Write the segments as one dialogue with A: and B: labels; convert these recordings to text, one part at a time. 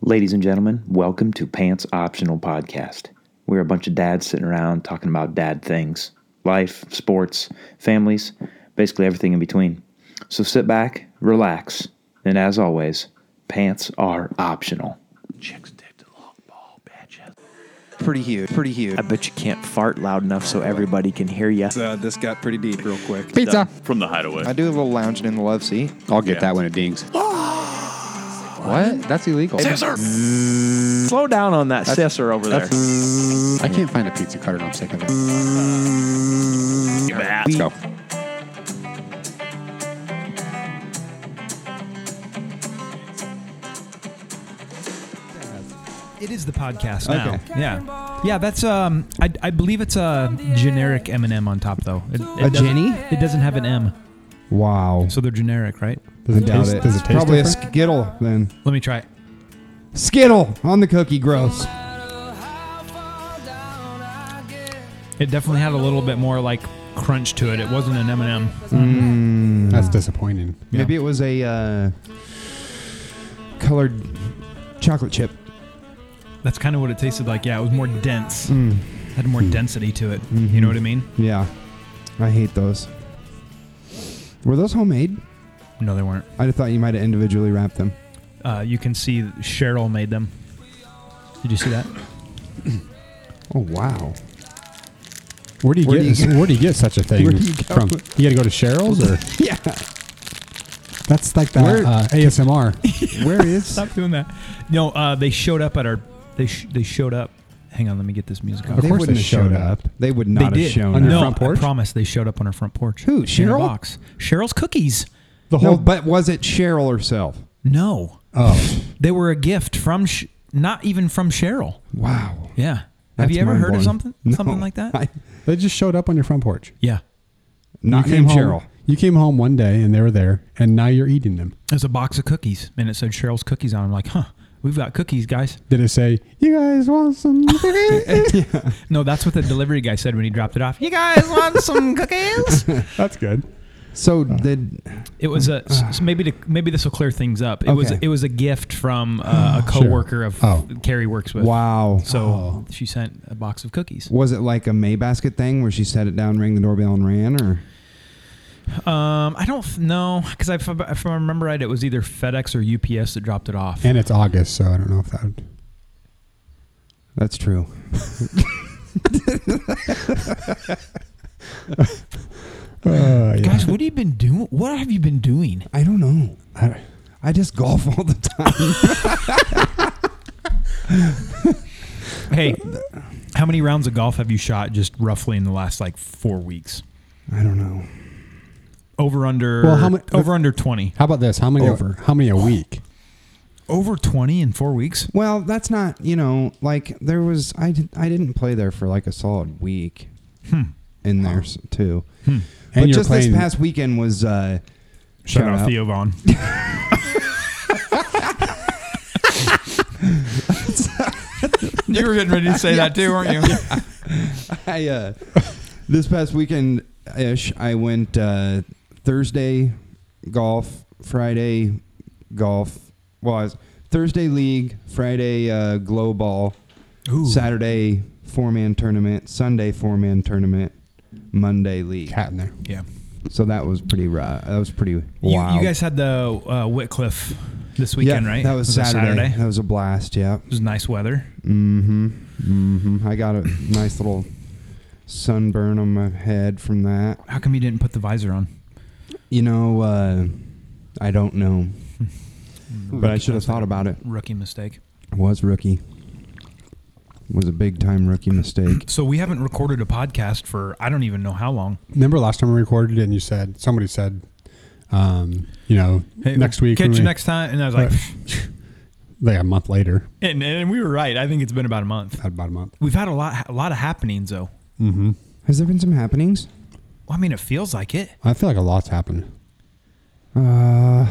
A: Ladies and gentlemen, welcome to Pants Optional Podcast. We're a bunch of dads sitting around talking about dad things life, sports, families, basically everything in between. So sit back, relax, and as always, pants are optional.
B: Chicks take the long ball, bitches. Pretty huge, pretty huge.
C: I bet you can't fart loud enough so everybody can hear you.
B: Uh, this got pretty deep real quick.
D: Pizza.
E: from the hideaway.
B: I do a little lounging in the love seat.
D: I'll get
E: Yeah.
D: that when it dings. what? That's illegal.
C: Slow down on that scissor over there.
D: I can't find a pizza cutter. and I'm sick of it. Let's
E: That's
D: go.
F: It is the podcast now. Yeah, yeah. That's um. I, I believe it's a generic M and m on top though. It, it
G: A
F: doesn't-
G: Jenny?
F: It doesn't have an M,
G: Wow.
F: so they're generic, right?
G: Does it
D: doubt
G: taste,
D: it.
G: Does it taste
D: Probably a
G: different? Skittle then.
F: Let me try. it.
G: Skittle on the cookie. Gross.
F: It definitely had a little bit more like crunch to it. It wasn't an M and m
G: That's disappointing.
F: Yeah.
G: Maybe it was a uh, colored chocolate chip.
F: That's kind of what it tasted like. Yeah, it was more dense.
G: Mm.
F: Had
G: Mm-hmm.
F: more density to it. You know what I mean?
G: Yeah. I hate those. Were those homemade?
F: No, they weren't.
G: I thought you might have individually wrapped them.
F: Uh, you can see Cheryl made them. Did you see that?
G: Oh wow.
D: Where do you
G: Where
D: get
G: do you
D: this-
G: get-
D: where do you get such a thing
G: Where do you go?
D: from? You got to go to Cheryl's or
G: Yeah.
D: that's like that
G: Where-
D: uh, ASMR.
G: Where is?
F: Stop doing that. No, uh, they showed up at our. They sh- they showed up. Hang on, let me get this music off.
G: they
D: course
G: wouldn't
D: they
G: have showed
D: showed
G: up.
D: up.
G: They would not
F: they
G: have
F: did.
G: shown
D: On your
F: no,
G: up.
D: front porch?
F: I promise they showed up on her front porch.
G: Who,
F: In a
G: Cheryl?
F: box. Cheryl's cookies.
D: The
G: No,
D: whole
G: but was it Cheryl herself?
F: No,
D: oh,
F: they were a gift from Sh- not even from Cheryl.
G: Wow.
F: Yeah. Have
G: That's
F: you ever heard of
G: mind-blowing.
F: something
G: No.
F: something like that?
G: I,
D: they just showed up on your front porch.
F: yeah.
G: not
D: you
G: named
D: home,
G: Cheryl.
D: You came home one day and they were there, and now you're eating them.
F: It was a box of cookies, and it said Cheryl's cookies on. it. I'm like, huh, we've got cookies, guys.
D: Did it say you guys want some?
F: No, that's what the delivery guy said when he dropped it off. You guys want some cookies?
D: that's good.
G: So did
F: It was a s- maybe to, maybe this will clear things up. It was
G: Okay.
F: it was a gift from uh, a coworker of
D: Oh.
F: Carrie works with.
G: wow. Oh.
F: So she sent a box of cookies.
G: Was it like a Maybasket thing where she set it down, rang the doorbell, and ran? Or
F: Um, I don't know because if, I- if I remember right, it was either FedEx or UPS that dropped it off.
D: And it's August, so I don't know if that.
G: that's true.
D: Uh, yeah.
F: Guys, what have you been doing? What have you been doing?
G: I don't know. I, I just golf all the time.
F: Hey,
D: Uh,
F: how many rounds of golf have you shot just roughly in the last like four weeks?
G: I don't know.
F: Over under.
D: Well, how mu-
F: over under twenty.
D: How about this? How many
G: Over.
D: How many a week?
F: Over twenty in four weeks.
G: Well, that's not you know like there was I did, I didn't play there for like a solid week in there s- too. But
D: Hmm. And you're
G: just
D: playing-
G: this past weekend was uh,
F: Shout out
G: out.
F: Theo Vaughn. you were getting ready to say that too, weren't you?
G: I uh, this past weekend ish, I went uh, Thursday golf, Friday golf. Well, I was Thursday league, Friday uh, glow ball, Saturday four man tournament, Sunday four man tournament, Monday league.
D: Cat in there.
F: Yeah.
G: So that was pretty rough. That was pretty
F: You,
G: wild.
F: you guys had the uh, Whitcliffe this
G: Yeah,
F: weekend, right?
G: That was,
F: it
G: Saturday. That was a blast. Yeah.
F: It was nice weather.
G: Mm-hmm. Mm-hmm. I got a nice little sunburn on my head from that.
F: How come you didn't put the visor on?
G: You know, uh, I don't know, but I should have thought about it.
F: Rookie mistake.
G: Was rookie. Was a big time rookie mistake.
F: So we haven't recorded a podcast for I don't even know how long.
D: Remember last time we recorded and you said somebody said, um, you know, next week.
F: Catch
D: when
F: you
D: we-
F: next time. And I was like,
D: Like a month later,
F: and, and we were right. I think it's been about a month.
D: about a month.
F: We've had a lot, a lot of happenings though.
D: Mm-hmm.
G: Has there been some happenings?
F: Well, I mean, it feels like it.
D: I feel like a lot's happened.
G: Uh,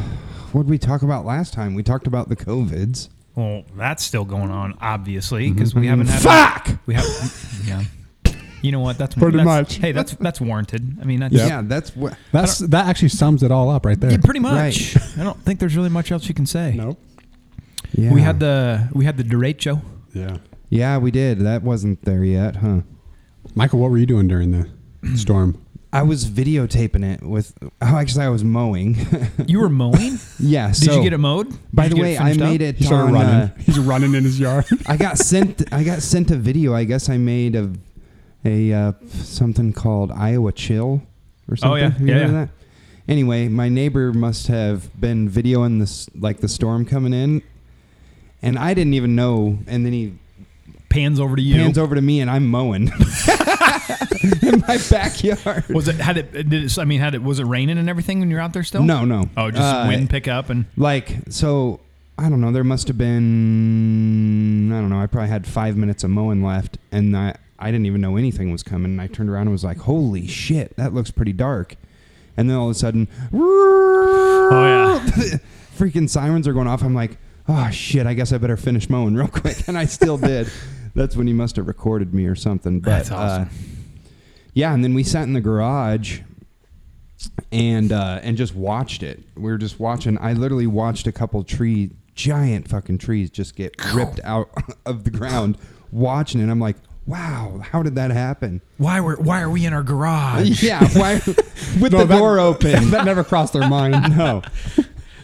G: what did we talk about last time? We talked about the covids.
F: Well, that's still going on, obviously, because we haven't had. Fuck. We have. Yeah. You know what? That's
D: Pretty
F: that's-
D: much.
F: Hey, that's that's warranted. I mean, that's
D: Yeah.
G: Yeah, that's what.
D: That's that actually sums it all up right there.
F: Yeah, pretty much. I don't think there's really much else you can say.
D: Nope.
G: Yeah.
F: We had the we had the derecho.
D: Yeah.
G: Yeah, we did. That wasn't there yet, huh?
D: Michael, what were you doing during the storm?
G: I was videotaping it with. Oh, actually, I was mowing.
F: You were mowing.
G: yeah.
F: Did you get it mowed? Did
G: By
F: you
G: the
F: get
G: way, I
F: finished up?
G: made it.
D: He started
G: on,
D: running.
G: uh,
D: He's running in his yard.
G: I got sent. I got sent a video. I guess I made a a uh, something called Iowa Chill or something.
F: Oh, yeah.
G: Have you
F: Yeah,
G: heard of
F: yeah.
G: that? Anyway, my neighbor must have been videoing this like the storm coming in, and I didn't even know. And then he
F: Pans over to you.
G: pans over to me, and I'm mowing in my backyard.
F: Was it had it did it? I mean, had it was it raining and everything when you were out there still?
G: No, no.
F: Oh, just
G: Uh,
F: wind pick up and
G: Like so, I don't know. There must have been I don't know. I probably had five minutes of mowing left, and I I didn't even know anything was coming. And I turned around and was like, "Holy shit, that looks pretty dark." And then all of a sudden,
F: oh, yeah.
G: freaking sirens are going off. I'm like, "Oh shit, I guess I better finish mowing real quick." And I still did. That's when he must have recorded me or something. But,
F: That's
G: Uh,
F: awesome.
G: yeah, and then we sat in the garage and uh, and just watched it. We were just watching. I literally watched a couple tree, giant fucking trees, just get ripped out of the ground. Watching it, I'm like, wow, how did that happen?
F: why were why are we in our garage?
G: Yeah, why with
D: No,
G: the
D: that-
G: door open?
D: that never crossed their mind. No.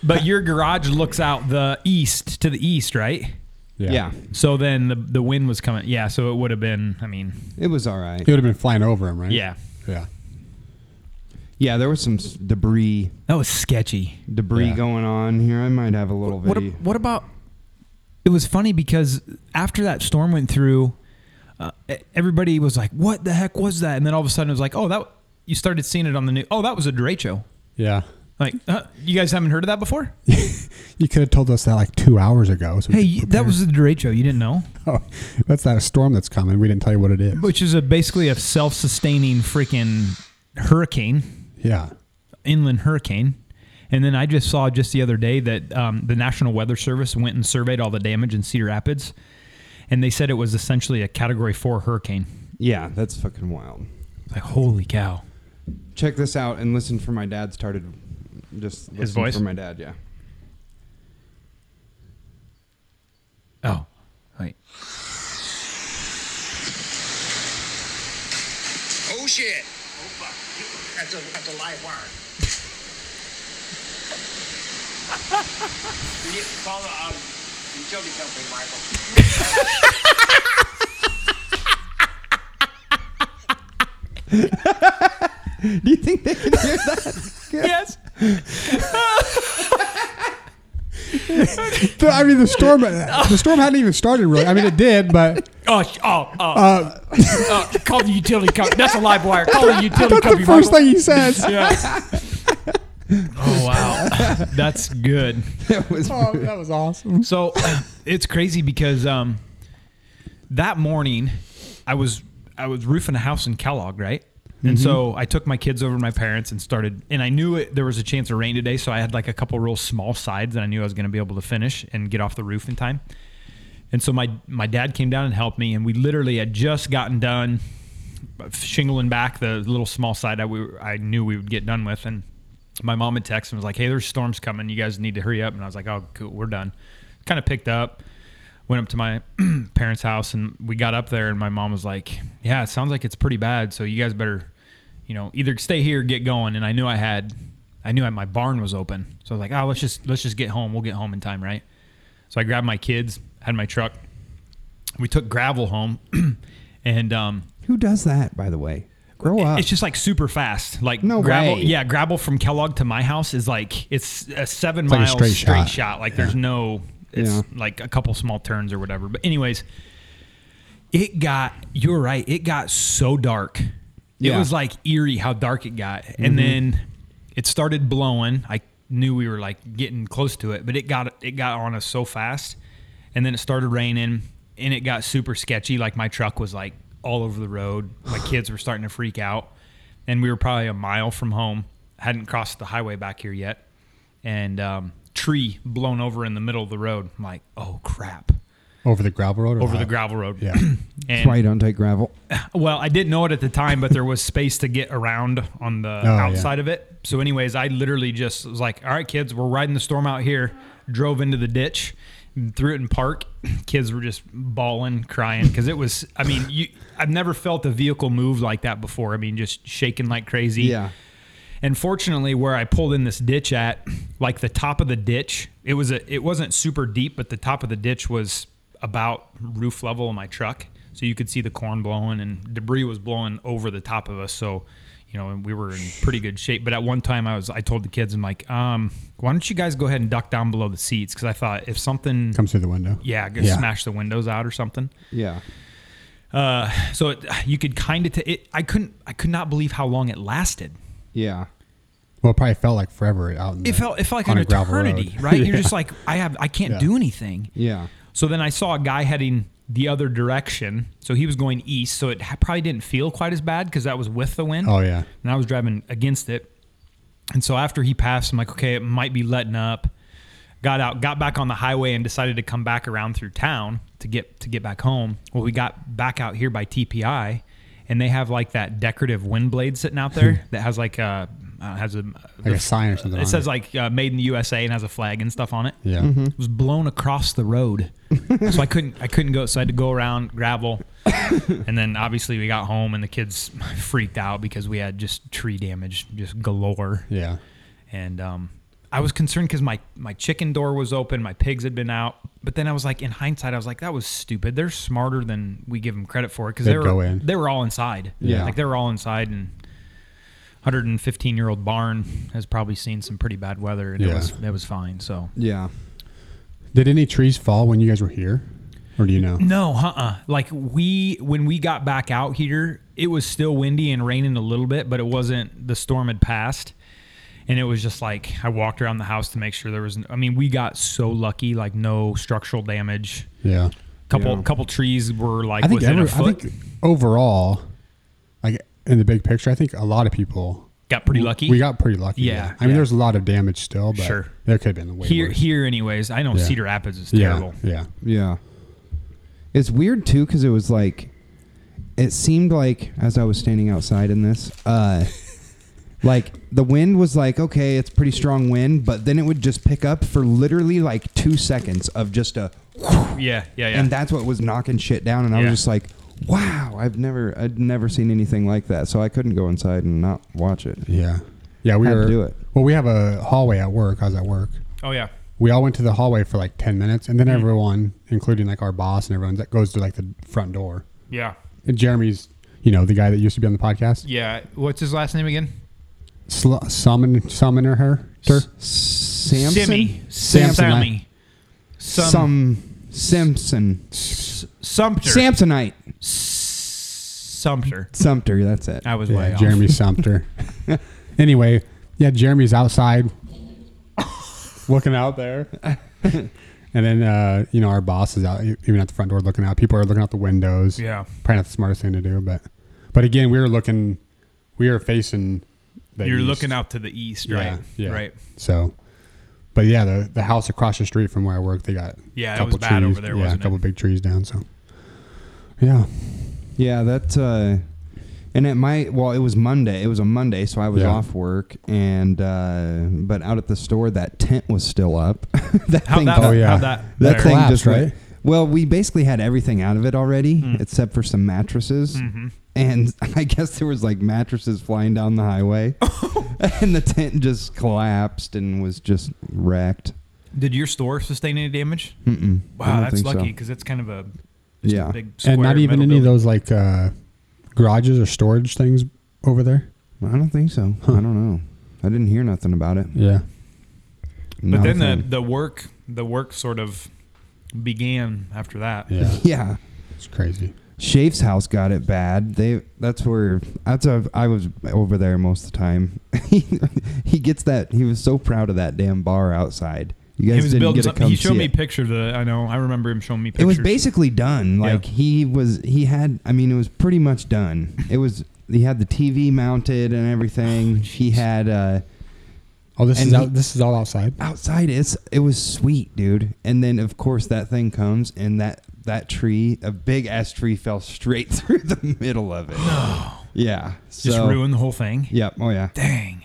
F: But your garage looks out the east to the east, right?
G: Yeah.
F: So then the the wind was coming. Yeah, so it would have been. I mean,
G: it was all right.
D: He would have been flying over him, right?
F: yeah,
D: Yeah.
G: Yeah, there was some s- debris
F: that was sketchy.
G: debris
D: Yeah.
G: going on here. I might have a little
F: What
G: video.
F: what about? It was funny because after that storm went through, uh, e- everybody was like, "What the heck was that?" And then all of a sudden, it was like, "Oh, that." You started seeing it on the news. Oh, that was a derecho.
D: Yeah.
F: Like, uh, you guys haven't heard of that before?
D: You could have told us that like two hours ago. So we
F: Hey,
D: could
F: you-
D: prepare.
F: that was a derecho. You didn't know,
D: Oh, that's that storm that's coming. We didn't tell you what it is.
F: which is a basically a self-sustaining freaking hurricane.
D: yeah.
F: inland hurricane. And then I just saw just the other day that um, the National Weather Service went and surveyed all the damage in Cedar Rapids, and they said it was essentially a Category Four hurricane.
G: yeah, that's fucking wild.
F: It's Like holy cow!
G: Check this out and listen for my dad started. Just listen
F: voice?
G: for my dad. Yeah.
F: Oh, wait.
E: Oh shit! Oh fuck! That's a that's a live wire. you call the um, utility company, Michael.
G: Do you think they can hear that?
F: Yes.
D: I mean, the storm. The storm hadn't even started really. I mean, it did, but
F: Oh, sh- oh, oh. Uh, call the utility company. That's a live wire. Call the utility company.
D: the first
F: Michael.
D: thing he says.
F: Yeah. oh wow, that's good.
G: That was
D: Oh, that was awesome.
F: So it's crazy because um, that morning I was I was roofing a house in Kellogg, right? And so I took my kids over to my parents and started, and I knew it, there was a chance of rain today, so I had like a couple real small sides that I knew I was going to be able to finish and get off the roof in time. And so my my dad came down and helped me, and we literally had just gotten done shingling back the little small side I we I knew we would get done with, and my mom had texted and was like, "Hey, there's storms coming. You guys need to hurry up." And I was like, "Oh, cool, we're done." Kind of picked up, went up to my parents' house, and we got up there, and my mom was like, "Yeah, it sounds like it's pretty bad. So you guys better, you know, either stay here, or get going." And I knew I had, I knew I, my barn was open, so I was like, "Oh, let's just let's just get home. We'll get home in time, right?" So I grabbed my kids, had my truck. We took gravel home, and um,
G: Who does that, by the way? Grow up.
F: it's just like super fast. Like
G: No
F: gravel,
G: way.
F: yeah, gravel from Kellogg to my house is like it's a seven
D: like
F: mile
D: a
F: straight,
D: straight
F: shot.
D: shot.
F: Like there's no, it's
G: Yeah.
F: like a couple small turns or whatever. But anyways, it got. You're right. It got so dark. It
G: Yeah.
F: was like eerie how dark it got, and then it started blowing. I knew we were like getting close to it, but it got it got on us so fast, and then it started raining, and it got super sketchy. Like my truck was like all over the road. My kids were starting to freak out, and we were probably a mile from home. Hadn't crossed the highway back here yet, and um, tree blown over in the middle of the road. I'm like, oh crap!
D: Over the gravel road. Or
F: Over
D: what?
F: the gravel road.
D: Uh, Yeah.
G: That's why
F: and
G: you don't take gravel.
F: well, I didn't know it at the time, but there was space to get around on the
D: yeah.
F: outside of it. So, anyways, I literally just was like, "All right, kids, we're riding the storm out here." Drove into the ditch, threw it in park. Kids were just bawling, crying because it was. I mean, you, I've never felt a vehicle move like that before. I mean, just shaking like crazy.
G: Yeah.
F: And fortunately, where I pulled in this ditch at, like the top of the ditch, it was a, it wasn't super deep, but the top of the ditch was about roof level of my truck, so you could see the corn blowing and debris was blowing over the top of us. So, you know, and we were in pretty good shape. But at one time, I was I told the kids, I'm like, um, why don't you guys go ahead and duck down below the seats? Because I thought if something
D: Comes through the window.
F: yeah, go smash the windows out or something.
G: Yeah.
F: Uh, so it, you could kind of t- it. I couldn't. I could not believe how long it lasted.
G: Yeah.
D: Well, it probably felt like forever out in the,
F: It felt it felt like
D: on
F: an
D: a gravel road.
F: eternity, right? You're just like I have I can't
D: Yeah.
F: do anything.
G: Yeah.
F: So then I saw a guy heading the other direction. So he was going east. So it ha- probably didn't feel quite as bad because that was with the wind.
D: Oh, yeah.
F: And I was driving against it. And so after he passed, I'm like, okay, it might be letting up. Got out, got back on the highway, and decided to come back around through town to get to get back home. Well, we got back out here by TPI, and they have like that decorative wind blade sitting out there that has like a uh, has a
D: Hmm. Like a sign or something.
F: it
D: on
F: says like uh, made in the USA and has a flag and stuff on it.
D: Yeah.
F: It was blown across the road, so I couldn't I couldn't go. So I had to go around gravel, and then obviously we got home and the kids freaked out because we had just tree damage just galore.
D: Yeah.
F: And um, I was concerned because my my chicken door was open, my pigs had been out. But then I was like, in hindsight, I was like, that was stupid. They're smarter than we give them credit for because they
D: They'd
F: were
D: go in.
F: they were all inside.
D: Yeah.
F: like they were all inside and. 115 year old barn has probably seen some pretty bad weather and it
D: Yeah.
F: was it was fine so
G: Yeah.
D: Did any trees fall when you guys were here? Or do you know?
F: No, uh uh Like we when we got back out here, it was still windy and raining a little bit, but it wasn't the storm had passed. And it was just like I walked around the house to make sure there was n- I mean, we got so lucky, like no structural damage.
D: Yeah.
F: Couple
G: Yeah.
F: couple trees were like
D: I think,
F: within
D: every,
F: a
D: I
F: foot.
D: think overall, like in the big picture, I think a lot of people
F: got pretty lucky.
D: We got pretty lucky.
F: Yeah,
D: I mean,
F: yeah.
D: there's a lot of damage still, but
F: Sure.
D: there could have been way
F: here
D: worse.
F: here anyways. I know
D: Yeah.
F: Cedar Rapids is
D: yeah.
F: terrible.
D: Yeah.
G: Yeah. It's weird too because it was like, it seemed like as I was standing outside in this, uh, like the wind was like okay, it's pretty strong wind, but then it would just pick up for literally like two seconds of just a,
F: Yeah, yeah, yeah.
G: and that's what was knocking shit down, and I
F: Yeah.
G: was just like, wow, I've never, I'd never seen anything like that, so I couldn't go inside and not watch it.
D: Yeah. Yeah. We
G: Had to
D: were,
G: do it.
D: Well, we have a hallway at work. I was at work.
F: oh yeah.
D: We all went to the hallway for like 10 minutes, and then
G: Mm-hmm.
D: everyone, including like our boss and everyone, that goes to like the front door.
F: Yeah.
D: And Jeremy's, you know, the guy that used to be on the podcast,
F: Yeah. What's his last name again?
D: Sl- summon, summoner her. her.
G: Samson,
F: Simmy.
D: Samson.
F: Sammy. Some,
G: some Simpson,
F: Sumter.
G: Samsonite,
F: Sumter.
G: Sumter. That's it.
F: I was oh, way
D: Yeah,
F: off.
D: Jeremy Sumter. anyway, yeah, Jeremy's outside looking out there. and then, uh, you know, our boss is out, e- even at the front door looking out. People are looking out the windows.
F: Yeah.
D: Probably not the smartest thing to do, but, but again, we were looking, we were facing the
F: You're
D: east.
F: looking out to the east,
D: Yeah,
F: right?
D: yeah.
F: Right.
D: So, but yeah, the, the house across the street from where I work, they got
F: Yeah,
D: a
F: that was
D: couple
F: bad
D: trees-
F: over there,
D: yeah,
F: wasn't
D: a couple
F: it?
D: big trees down. So, yeah,
G: Yeah, that uh and it might well it was Monday. It was a Monday, so I was
D: Yeah.
G: off work and uh but out at the store that tent was still up. that
F: How
G: thing
F: that?
D: Oh, yeah.
F: How that?
G: that
F: there.
G: thing
D: collapsed,
G: just went-
D: right?
G: Well, we basically had everything out of it already except for some mattresses. And I guess there was like mattresses flying down the highway. and the tent just collapsed and was just wrecked.
F: Did your store sustain any damage?
G: Mm-mm. I
F: Wow,
G: don't
F: that's
G: think so.
F: lucky because it's kind of a just
G: Yeah.
F: a big
D: and not
F: square
D: even
F: metal
D: any
F: building.
D: of those like uh, garages or storage things over there.
G: I don't think so. I don't know. I didn't hear nothing about it.
D: Yeah,
F: But then the,
G: Nothing.
F: the work the work sort of began after that.
D: yeah,
G: yeah.
D: it's crazy.
G: Shafe's house got it bad. They that's where that's a, I was over there most of the time. he, he gets that he was so proud of that damn bar outside. You
F: He
G: guys
F: was
G: didn't
F: building.
G: get to
F: Something.
G: come
F: He showed
G: see
F: me
G: it.
F: pictures. Of, it. I know. I remember him showing me pictures.
G: it was basically done.
F: Yeah.
G: Like he was he had I mean it was pretty much done. It was he had the TV mounted and
F: Oh,
G: everything. he had uh
D: Oh, this
G: And
D: is
G: he-
D: out, this is all outside.
G: outside it's it was sweet, dude. And then of course that thing comes and that that tree, a big ass tree fell straight through the middle of it. Yeah.
F: just
G: so-
F: ruined the whole thing.
G: Yep. Oh yeah.
F: Dang.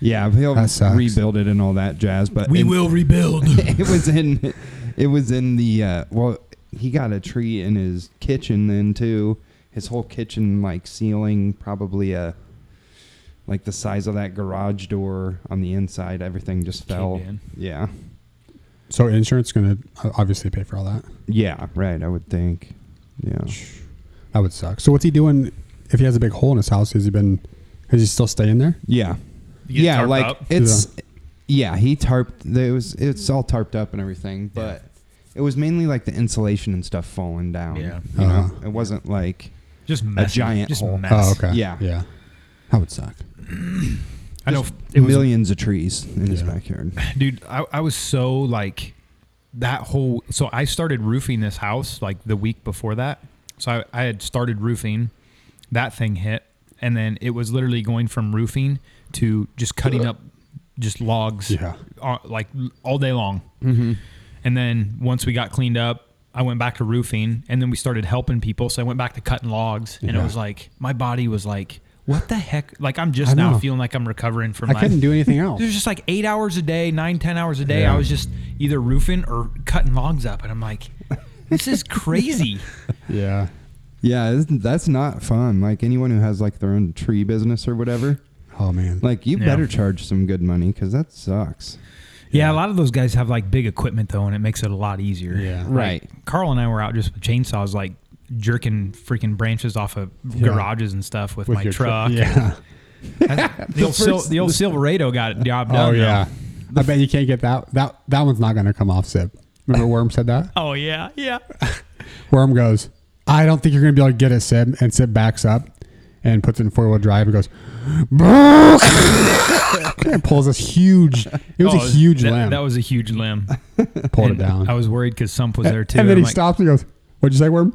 G: Yeah. He'll
D: That sucks.
G: rebuild it and all that jazz. But
F: We
G: it-
F: will rebuild.
G: It was in. it was in the uh, well. He got a tree in his kitchen then too. His whole kitchen like ceiling probably a like the size of that garage door on the inside. Everything just fell.
F: down.
G: Yeah,
D: So insurance going to obviously pay for all that.
G: yeah, right. I would think. Yeah,
D: That would suck. So what's he doing if he has a big hole in his house? Has he been? Has he still staying there?
G: yeah,
F: You get
G: yeah.
F: tarped
G: Like
F: up?
G: it's yeah. He tarped. It was it's all tarped up and everything, but it was mainly like the insulation and stuff falling down.
F: Yeah.
G: you know?
D: Uh-huh.
G: it wasn't like.
F: Just mess.
G: giant
F: just
G: hole.
F: mess.
D: Oh, okay.
G: Yeah.
D: yeah. That would suck.
F: I know
G: Just
F: it was
G: millions of trees in his
D: Yeah.
G: backyard.
F: dude I, I was so like that whole so i started roofing this house like the week before that so i, I had started roofing that thing hit and then it was literally going from roofing to just cutting up just logs
D: Yeah. Mm-hmm.
F: uh, like all day long and then once we got cleaned up i went back to roofing and then we started helping people so i went back to cutting logs and it
D: Yeah.
F: was like my body was like what the heck like i'm just
D: I
F: now
D: know.
F: feeling like i'm recovering from
D: I
F: my
D: couldn't do anything else.
F: it was just like eight hours a day, nine, ten hours a day. I was just either roofing or cutting logs up, and I'm like, this is crazy.
D: Yeah.
G: Yeah, it's- that's not fun. Like anyone who has like their own tree business or whatever,
D: Oh man.
G: like you
F: Yeah.
G: better charge some good money because that sucks.
F: yeah, a lot of those guys have like big equipment though, and it makes it a lot easier.
D: Yeah.
F: Like,
G: Right.
F: Carl and I were out just with chainsaws, like jerking freaking branches off of garages and stuff with, my
D: your tr-
F: truck.
D: yeah.
F: The old, Sil- the old Silverado got it job done.
D: Oh
F: though.
D: yeah. I bet you can't get that. That that one's not going to come off. Sip. Remember Worm said that.
F: Oh yeah, yeah.
D: Worm goes, I don't think you're going to be able to get it, Sib. And Sib backs up and puts it in four wheel drive and goes, and pulls this huge, it was
F: Oh,
D: a huge
F: that,
D: limb.
F: That was a huge limb.
D: pulled it
F: And
D: down.
F: I was worried because Sump was there too.
D: and then
F: I'm
D: he
F: like,
D: stops and goes, What'd you say, Worm?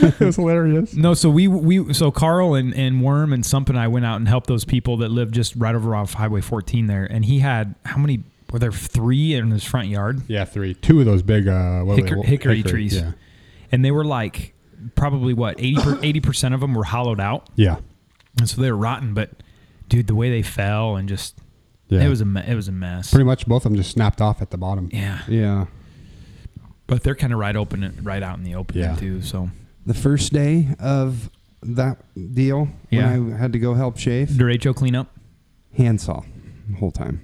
D: it was hilarious.
F: No, so we we so Carl and, and Worm and Sump and I went out and helped those people that live just right over off Highway 14 there, and he had how many were there three in his front yard,
D: Yeah, three. Two of those big uh, what were they?
F: Hickor-
D: Well,
F: hickory trees.
D: Yeah.
F: and they were like probably what 80 percent of them were hollowed out,
D: Yeah.
F: and so they were rotten. But dude, the way they fell and just
D: Yeah.
F: it was a me- it was a mess.
D: Pretty much both of them just snapped off at the bottom.
F: yeah,
G: Yeah.
F: but they're kind of right open, right out in the open
D: Yeah.
F: too. So
G: The first day of that deal, when
F: Yeah.
G: I had to go help shave,
F: derecho cleanup.
G: handsaw the whole time.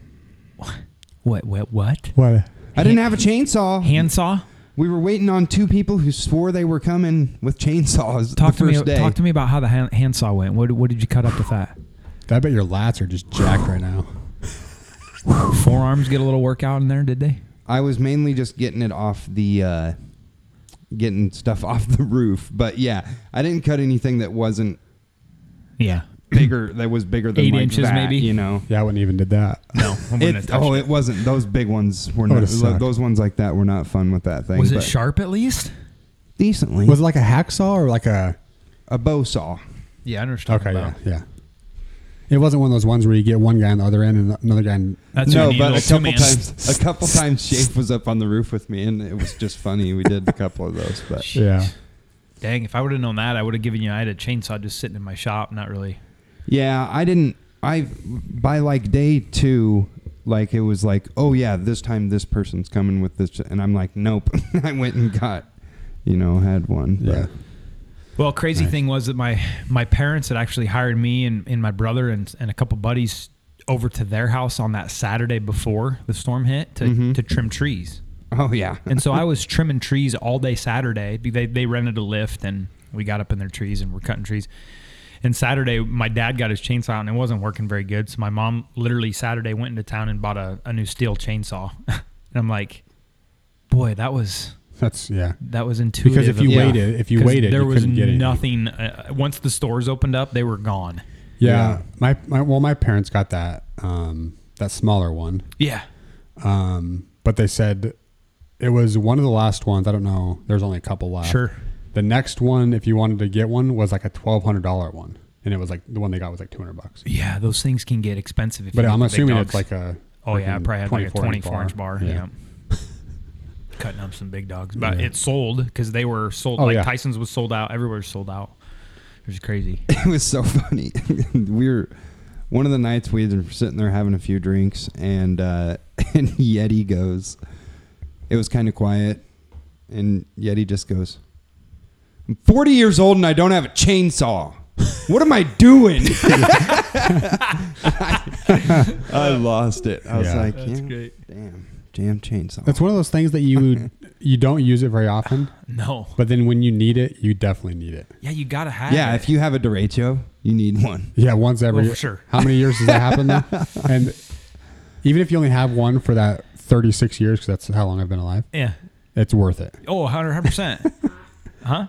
F: What what what?
D: What?
G: I didn't have a chainsaw.
F: Handsaw.
G: we were waiting on two people who swore they were coming with chainsaws
F: Talk
G: the
F: to me.
G: first day.
F: Talk to me about how the hand, handsaw went. What what did you cut up with that?
D: I bet your lats are just jacked right now.
F: Forearms get a little workout in there, did they?
G: I was mainly just getting it off the uh, getting stuff off the roof, but yeah, I didn't cut anything that wasn't
F: Yeah.
G: bigger that was bigger than
F: Eight
G: like
F: inches,
G: that,
F: maybe?
G: You know,
D: Yeah, I wouldn't even did that.
F: No. I'm gonna
G: it,
F: touch
G: oh,
F: it.
G: it wasn't. Those big ones were
D: That
G: not.
D: would've sucked.
G: Those ones like that were not fun with that thing.
F: was it
G: but
F: sharp at least?
G: Decently,
D: Was it like a hacksaw or like a
G: a bow saw.
F: Yeah, I understand.
D: Okay, yeah, yeah. It wasn't one of those ones where you get one guy on the other end and another guy. In,
F: That's
G: no,
F: your
G: but
F: needle
G: a
F: too,
G: couple
F: man.
G: times, a couple times, Shafe was up on the roof with me, and it was just funny. We did a couple of those, but
D: yeah,
F: Dang, if I would have known that, I would have given you. I had a chainsaw just sitting in my shop, not really.
G: yeah, I didn't. I by like day two, like it was like, oh yeah, this time this person's coming with this, and I'm like, nope. I went and got, you know, had one. but-
D: yeah.
F: Well, crazy thing was that my my parents had actually hired me and, and my brother and, and a couple buddies over to their house on that Saturday before the storm hit to,
G: Mm-hmm.
F: to trim trees.
G: Oh yeah.
F: And so I was trimming trees all day Saturday. They, they rented a lift and we got up in their trees and we're cutting trees. And Saturday, my dad got his chainsaw out and it wasn't working very good. So my mom literally Saturday went into town and bought a, a new steel chainsaw. and I'm like, boy, that was
D: That's yeah.
F: that was intuitive.
D: Because if you
F: of-
G: Yeah.
D: waited, if you
F: 'cause
D: waited,
F: there
D: you
F: was
D: couldn't get any.
F: nothing. Uh, once the stores opened up, they were gone.
D: Yeah.
G: Yeah.
D: My, my well, my parents got that um, that smaller one,
F: Yeah,
D: um, but they said it was one of the last ones. I don't know. There's only a couple left.
F: sure.
D: The next one, if you wanted to get one, was like a twelve hundred dollar one, and it was like the one they got was like two hundred bucks.
F: Yeah, those things can get expensive. If
D: But
F: you
D: I'm
F: get the big
D: assuming
F: dogs.
D: it's like a
F: Oh yeah, I
D: freaking
F: probably had like a 24 inch bar. Yeah.
D: Yeah.
F: Cutting up some big dogs, but
D: Yeah.
F: it sold because they were sold.
D: Oh,
F: like
D: yeah.
F: Tyson's was sold out. Everywhere was sold out. It was crazy.
G: it was so funny. we were one of the nights we were sitting there having a few drinks, and uh, and Yeti goes. It was kind of quiet, and Yeti just goes. I'm 40 years old and I don't have a chainsaw. What am I doing? I lost it. I was
D: Yeah.
G: like,
F: That's
G: yeah,
F: great.
G: damn, damn chainsaw.
D: That's one of those things that you you don't use it very often,
F: No.
D: but then when you need it, you definitely need it.
F: Yeah, you gotta have.
G: yeah,
F: it.
G: if you have a derecho, you need one.
D: Yeah, once every.
F: Well, for sure.
D: How many years does that happen? Though? And even if you only have one for that 36 years, because that's how long I've been alive,
F: Yeah.
D: it's worth it.
F: Oh, 100 percent. Huh?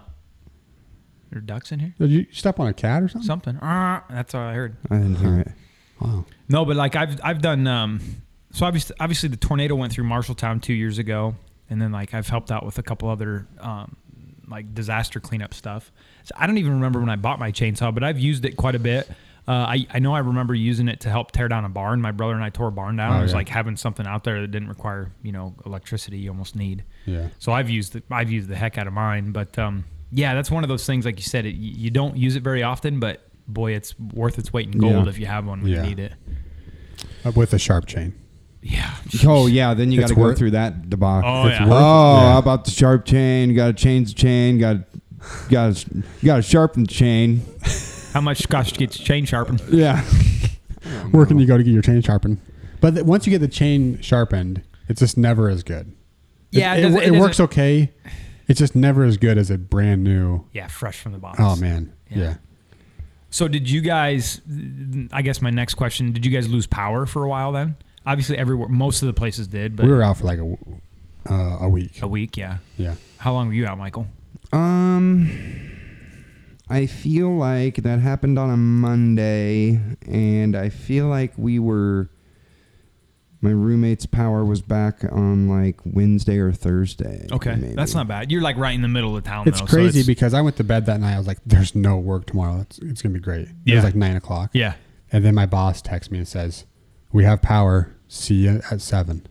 F: There are ducks in here.
D: Did you step on a cat or something?
F: Something. Ah, that's all I heard.
G: I didn't hear it.
D: Wow.
F: No, but like I've I've done um so obviously obviously the tornado went through Marshalltown 2 years ago and then like I've helped out with a couple other um like disaster cleanup stuff. So I don't even remember when I bought my chainsaw, but I've used it quite a bit. Uh, I, I know I remember using it to help tear down a barn. My brother and I tore a barn down.
D: Oh,
F: it was
D: yeah.
F: like having something out there that didn't require, you know, electricity you almost need.
D: Yeah.
F: So I've used the, I've used the heck out of mine, but um, yeah, that's one of those things. Like you said, it, you you don't use it very often, but boy, it's worth its weight in gold
D: Yeah.
F: if you have one when
D: Yeah.
F: you need it.
D: Uh, With a sharp chain.
F: Yeah.
G: Oh, yeah, then you got
D: It's
G: to go
D: worth-
G: through that debacle.
F: Oh, yeah.
G: Oh,
F: Worth
G: how about the sharp chain? You got to change the chain. Got got to got to sharpen the chain.
F: How much Scotch gets chain sharpened?
D: Yeah. Where can you go to get your chain sharpened? But th- once you get the chain sharpened, it's just never as good. It-
F: Yeah, it
D: it,
F: doesn't-
D: wo-
F: it
D: it works
F: doesn't-
D: okay. It's just never as good as a brand new.
F: Yeah, fresh from the box.
D: Oh man,
F: Yeah.
D: yeah.
F: So did you guys? I guess my next question: Did you guys lose power for a while? Then obviously, everywhere most of the places did, but
D: We were out for like a w- uh, a week.
F: a week. Yeah.
D: Yeah,
F: How long were you out, Michael?
G: Um, I feel like that happened on a Monday, and I feel like we were. My roommate's power was back on like Wednesday or Thursday.
F: Okay,
G: maybe.
F: that's not bad. You're like right in the middle of town.
D: it's
F: though, so
D: crazy because I went to bed that night. I was like, "There's no work tomorrow. It's, it's gonna be great." It
F: Yeah.
D: was like nine o'clock.
F: yeah.
D: and then my boss texts me and says, "We have power. See you at 7.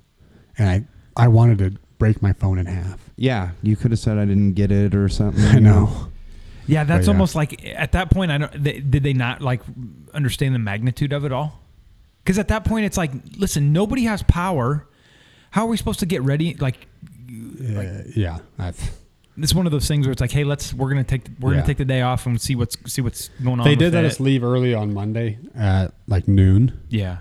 D: And I I wanted to break my phone in half.
G: Yeah, you could have said I didn't get it or something.
D: I know.
F: Yeah, that's
D: yeah.
F: almost like at that point. I don't. They, did they not like understand the magnitude of it all? Because at that point, it's like, listen, nobody has power. How are we supposed to get ready? Like,
D: Uh, yeah, I've.
F: it's one of those things where it's like, hey, let's we're gonna take the, we're
D: Yeah.
F: gonna take the day off and see what's see what's going on.
D: They
F: with
D: did let
F: it.
D: us leave early on Monday at like noon.
F: Yeah.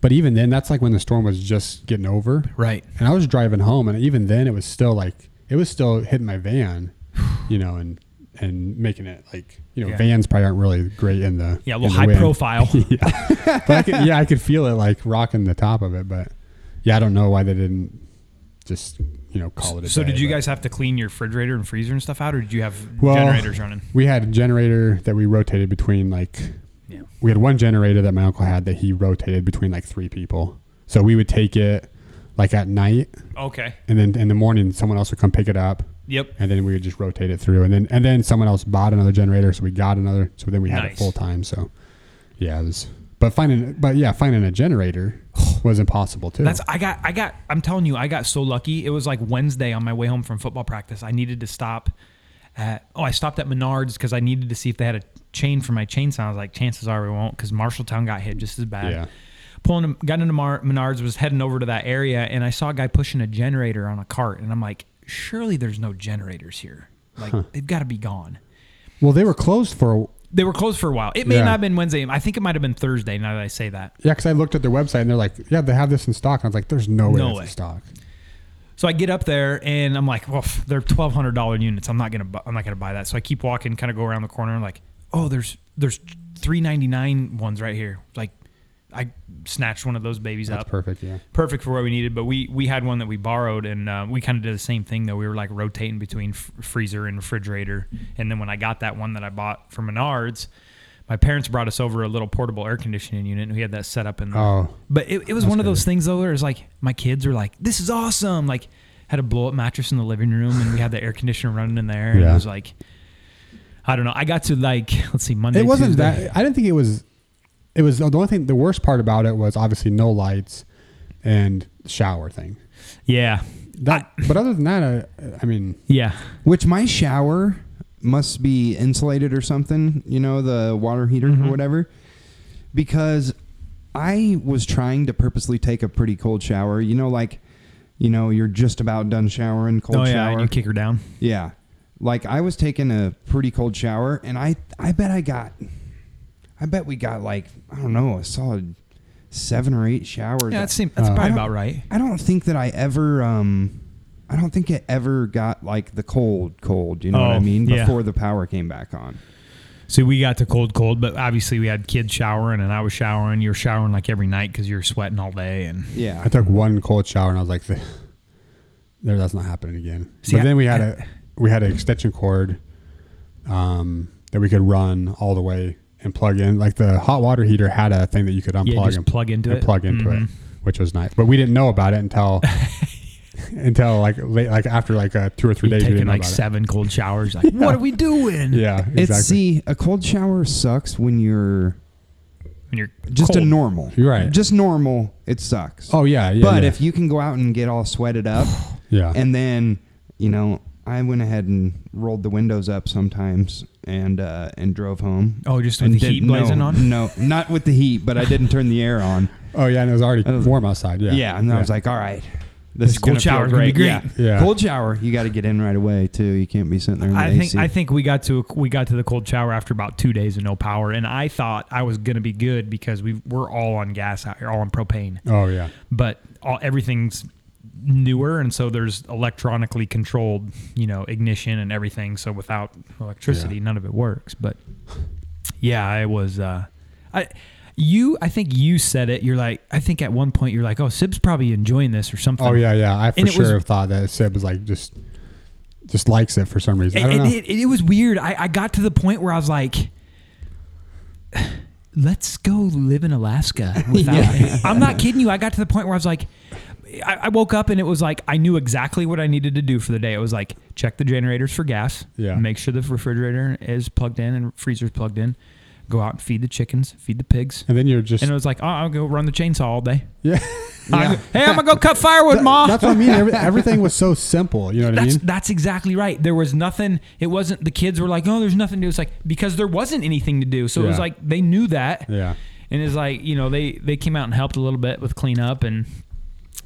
D: But even then, that's like when the storm was just getting over.
F: Right.
D: And I was driving home, and even then, it was still like it was still hitting my van, you know, and and making it like you know
F: Yeah.
D: vans probably aren't really great in the
F: Yeah, a
D: in
F: little
D: the
F: high
D: wind.
F: profile.
D: But I could, yeah, I could feel it like rocking the top of it, but yeah, I don't know why they didn't just you know call it. A
F: So
D: day,
F: did you
D: but-
F: guys have to clean your refrigerator and freezer and stuff out, or did you have
D: Well,
F: generators running?
D: We had a generator that we rotated between like
F: Yeah.
D: we had one generator that my uncle had that he rotated between like three people. So we would take it like at night
F: Okay.
D: and then in the morning someone else would come pick it up
F: Yep.
D: and then we would just rotate it through and then and then someone else bought another generator so we got another so then we had
F: Nice.
D: it full time so yeah it was but finding but yeah finding a generator was impossible too
F: That's I got I got I'm telling you I got so lucky. It was like Wednesday on my way home from football practice. I needed to stop at oh I stopped at Menards because I needed to see if they had a chain for my chainsaw. I was like chances are we won't because Marshalltown got hit just as bad.
D: Yeah.
F: Pulling got into Mar- Menards was heading over to that area and I saw a guy pushing a generator on a cart and I'm like surely there's no generators here like they've got to be gone.
D: well they were closed for a
F: They were closed for a while. It may
D: Yeah.
F: not have been Wednesday. I think it might have been Thursday. Now that I say that.
D: yeah because i looked at their website and they're like yeah they have this in stock and i was like there's no way
F: No
D: that's
F: way.
D: in stock
F: So I get up there and I'm like, well, pff, they're twelve hundred dollar units. I'm not gonna, bu- I'm not gonna buy that. So I keep walking, kind of go around the corner, and like, oh, there's there's three ninety nine ones right here. Like, I snatched one of those babies
D: that's
F: up.
D: perfect yeah
F: Perfect for what we needed. But we we had one that we borrowed, and uh, we kind of did the same thing though. We were like rotating between f- freezer and refrigerator. And then when I got that one that I bought from Menards. My parents brought us over a little portable air conditioning unit, and we had that set up in the
D: oh
F: but it, it was one of those things though where it was like my kids were like, This is awesome. Like had a blow up mattress in the living room and we had the air conditioner running in there. And it
D: Yeah.
F: was like I don't know. I got to like let's see, Monday.
D: it wasn't
F: Tuesday.
D: that i didn't think it was it was the only thing the worst part about it was obviously no lights and shower thing
F: Yeah.
D: that but other than that i, I mean
F: Yeah.
G: Which my shower
F: Mm-hmm.
G: must be insulated or something, you know, the water heater or whatever. because I was trying to purposely take a pretty cold shower. You know, like you know, you're just about done showering, cold
F: oh yeah,
G: shower.
F: and you kick her down.
G: Yeah. Like I was taking a pretty cold shower and I I bet I got I bet we got like I don't know, a solid 7 or 8 showers.
F: Yeah, that seems that's
G: I
F: probably
G: don't-
F: about right.
G: I don't think that I ever um I don't think it ever got like the cold cold, you know what I
F: Oh,
G: mean,
F: yeah.
G: before the power came back on.
F: See, we got to cold, cold, but obviously we had kids showering, and I was showering. You were showering like every night because you were sweating all day, and
G: Yeah.
D: I took one cold shower and I was like, "There, that's not happening again."
F: See,
D: but
F: I-
D: then we had a we had an extension cord um, that we could run all the way and plug in. Like the hot water heater had a thing that you could unplug
F: just
D: and
F: plug into
D: and
F: it.
D: Plug into
F: Mhm.
D: it, which was nice. But we didn't know about it until until like late, like after like uh, two or 3
F: you're
D: days. We
F: taking
D: didn't know
F: like
D: about
F: seven cold showers. Like, what are we doing?
D: It. Yeah, exactly.
G: It's see, a cold shower sucks when you're
F: When you're
G: just
F: cold.
G: a normal.
D: You're right.
G: Just normal, it sucks.
D: oh yeah, yeah.
G: but
D: yeah.
G: if you can go out and get all sweated up
D: yeah,
G: and then you know I went ahead and rolled the windows up sometimes and uh, and drove home.
F: Oh, just
G: And
F: with the heat
G: didn't-
F: blazing
G: no,
F: on?
G: No, not with the heat, but I didn't turn the air on.
D: oh yeah, and it was already warm outside. Yeah,
G: Uh, Yeah, and then I was like, "Oh, all right, this, is
F: cold
G: gonna feel
F: shower's gonna be great.
G: Yeah.
D: Yeah.
G: cold shower. You got to get in right away too. You can't be sitting there. In the
F: I think
G: AC.
F: I think we got to we got to the cold shower after about two days of no power, and I thought I was gonna be good because we we're all on gas out here, all on propane,
D: oh yeah,
F: but all, everything's newer, and so there's electronically controlled, you know, ignition and everything. So without electricity,
D: Yeah.
F: none of it works. But yeah, I was uh, I. You, I think you said it. You're like, I think at one point you're like, oh, Sib's probably enjoying this or something.
D: oh yeah, yeah. I for
F: And it
D: sure
F: was-
D: have thought that Sib was like just just likes it for some reason. I don't know.
F: it, it, it, it was weird. I, I got to the point where I was like, let's go live in Alaska. Without I'm not kidding you. I got to the point where I was like, I, I woke up and it was like, I knew exactly what I needed to do for the day. It was like, check the generators for gas,
D: Yeah.
F: make sure the refrigerator is plugged in and freezer's plugged in, go out and feed the chickens, feed the pigs.
D: and then you're just
F: And it was like, oh, I'll go run the chainsaw all day.
D: yeah.
F: I'm- hey, I'm going to go cut firewood, Ma.
D: That's what I mean. Every, everything was so simple. You know what I
F: Oh. That's
D: mean?
F: that's exactly right. There was nothing. It wasn't the kids were like, oh, there's nothing to do. It's like because there wasn't anything to do. So it was
D: Yeah.
F: like they knew that.
D: Yeah.
F: And it's like you know they they came out and helped a little bit with cleanup and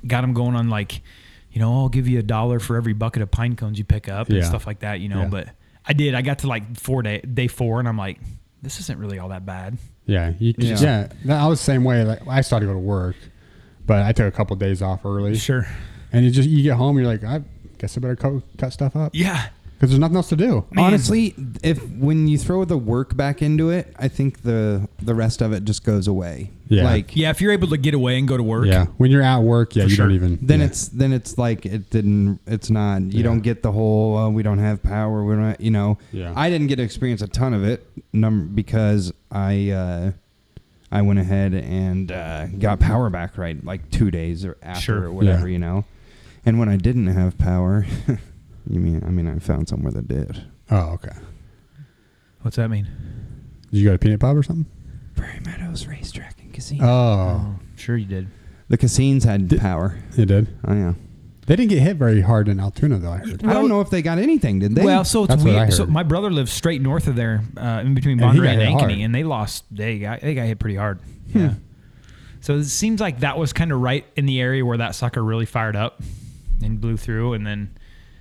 F: got them going on like, you know, "Oh, I'll give you a dollar for every bucket of pine cones you pick up and
D: Yeah.
F: stuff like that. You know,
D: Yeah.
F: but I did. I got to like four day day four and I'm like, this isn't really all that bad.
D: Yeah. You, yeah.
G: Yeah.
D: That- I was the same way. Like I started to go to work, but I took a couple days off early.
F: Sure.
D: And you just you get home, you're like, I guess I better co- cut stuff up because
F: Yeah.
D: there's nothing else to do.
G: Honestly, if when you throw the work back into it, I think the the rest of it just goes away.
D: Yeah.
G: Like
F: Yeah. If you're able to get away and go to work.
D: Yeah. When you're at work, yeah,
F: For
D: you
F: sure.
D: don't even.
G: then
D: yeah.
G: it's then it's like it didn't it's not you
D: Yeah.
G: don't get the whole uh, we don't have power we're not you know
D: Yeah.
G: i didn't get to experience a ton of it num- because i uh i went ahead and uh got power back right like two days or after
F: Sure.
G: or whatever
D: Yeah.
G: you know and when i didn't have power you mean i mean i found somewhere that did
D: Oh, okay.
F: What's that mean?
D: Did you go to Peanut Pub or something?
G: prairie meadows racetrack and casino
D: Oh,
F: Sure, you did.
G: Uh, the casinos had power
D: you did.
G: oh yeah
D: They didn't get hit very hard in Altoona, though. I heard.
G: i don't know if they got anything did they
F: well, so it's
D: That's what I
F: weird. So
D: heard.
F: my brother lives straight north of there, uh, in between
D: And he
F: Monterey
D: got
F: and,
D: hit hard. Hmm.
F: Ankeny, and they lost. They got they got hit pretty hard. Yeah. So it seems like that was kind of right in the area where that sucker really fired up and blew through, and then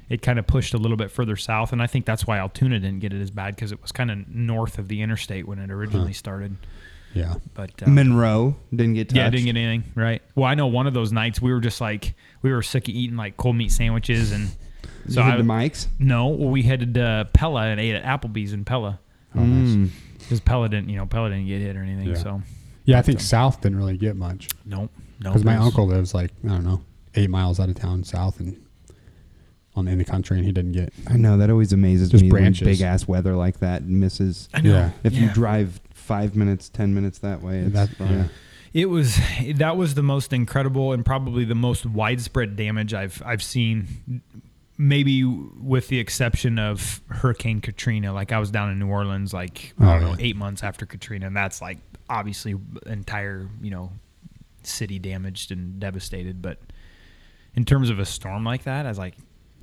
F: it kind of pushed a little bit further south. And I think that's why Altoona didn't get it as bad because it was kind of north of the interstate when it originally started.
D: Yeah.
F: But uh,
G: monroe didn't get touched.
F: yeah, didn't get anything right. Well, I know one of those nights we were just like we were sick of eating like cold meat sandwiches, and
G: You
F: so
G: hit
F: I
G: the mics
F: no, well, we headed to Pella and ate at Applebee's in Pella.
G: Hmm.
F: Because Pella didn't, you know, Pella didn't get hit or anything.
D: Yeah.
F: So,
D: Yeah, I think South didn't really get much
F: nope. No,
D: because my
F: there's-
D: uncle lives like I don't know eight miles out of town south and on in the country, and he didn't get.
G: I know that always amazes
D: Just
G: me.
D: branches.
G: Big ass weather like that misses.
F: I know.
D: Yeah.
G: If you
F: Yeah.
G: drive five minutes, ten minutes that way, it's
D: That-
G: fine.
D: yeah.
F: It was that was the most incredible and probably the most widespread damage I've I've seen. Maybe with the exception of Hurricane Katrina, like I was down in New Orleans, like I don't
D: Oh,
F: know,
D: yeah.
F: eight months after Katrina, and that's like obviously entire you know city damaged and devastated. But in terms of a storm like that, I was like,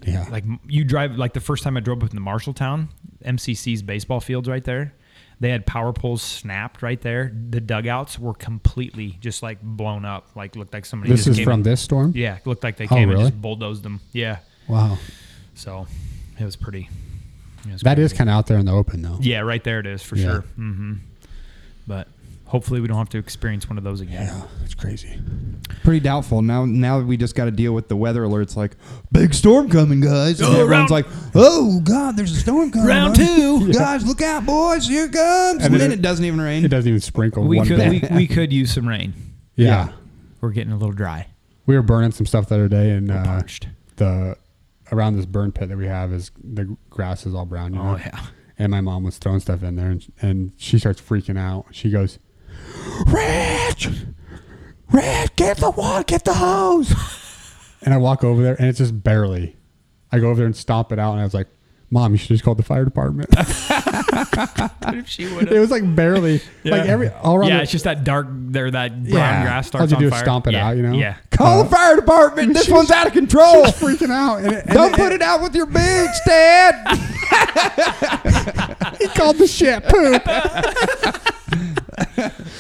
D: Yeah.
F: like you drive like the first time I drove up in the Marshalltown, MCC's baseball fields right there. They had power poles snapped right there. The dugouts were completely just like blown up. Like looked like somebody.
D: This
F: just
D: is
F: came
D: from
F: and-
D: this storm.
F: Yeah, looked like they
D: Oh,
F: came
D: really?
F: and just bulldozed them. Yeah,
D: Wow.
F: so it was pretty. It was
D: That is
F: crazy.
D: kind of out there in the open though.
F: Yeah, right there it is for
D: Yeah.
F: sure. hmm But hopefully we don't have to experience one of those again.
D: Yeah, it's crazy.
G: Pretty doubtful. Now now we just got to deal with the weather alerts like big storm coming, guys. And
F: Oh,
G: everyone's
F: round-
G: like, "Oh god, there's a storm coming."
F: Round
G: huh?
F: two.
G: Guys, look out, boys. Here it comes. And,
D: then
G: then
D: it-
G: it, doesn't even rain.
D: It doesn't even sprinkle
F: We
D: one
F: could
D: bit.
F: we, we could use some rain.
D: yeah.
F: We're getting a little dry.
D: We were burning some stuff the other day, and uh,
F: parched.
D: the around this burn pit that we have is the grass is all brown. You know?
F: Oh, yeah.
D: And my mom was throwing stuff in there, and, and she starts freaking out. She goes, "Rich, Rich, get the water, get the hose." and I walk over there, and it's just barely. I go over there and stomp it out, and I was like, "Mom, you should just call the fire department."
F: if she
D: it was like barely, like every all around.
F: Yeah,
D: the-
F: it's just that dark there that brown
D: Yeah.
F: grass
D: All
F: starts
D: you
F: on
D: do is
F: fire.
D: stomp it
F: yeah.
D: out, you know? Uh,
F: Yeah.
G: Call the fire department. This one's out of control.
D: She's freaking out. And it- and
G: Don't put it out with your boots, Dad.
D: He called the shit poop.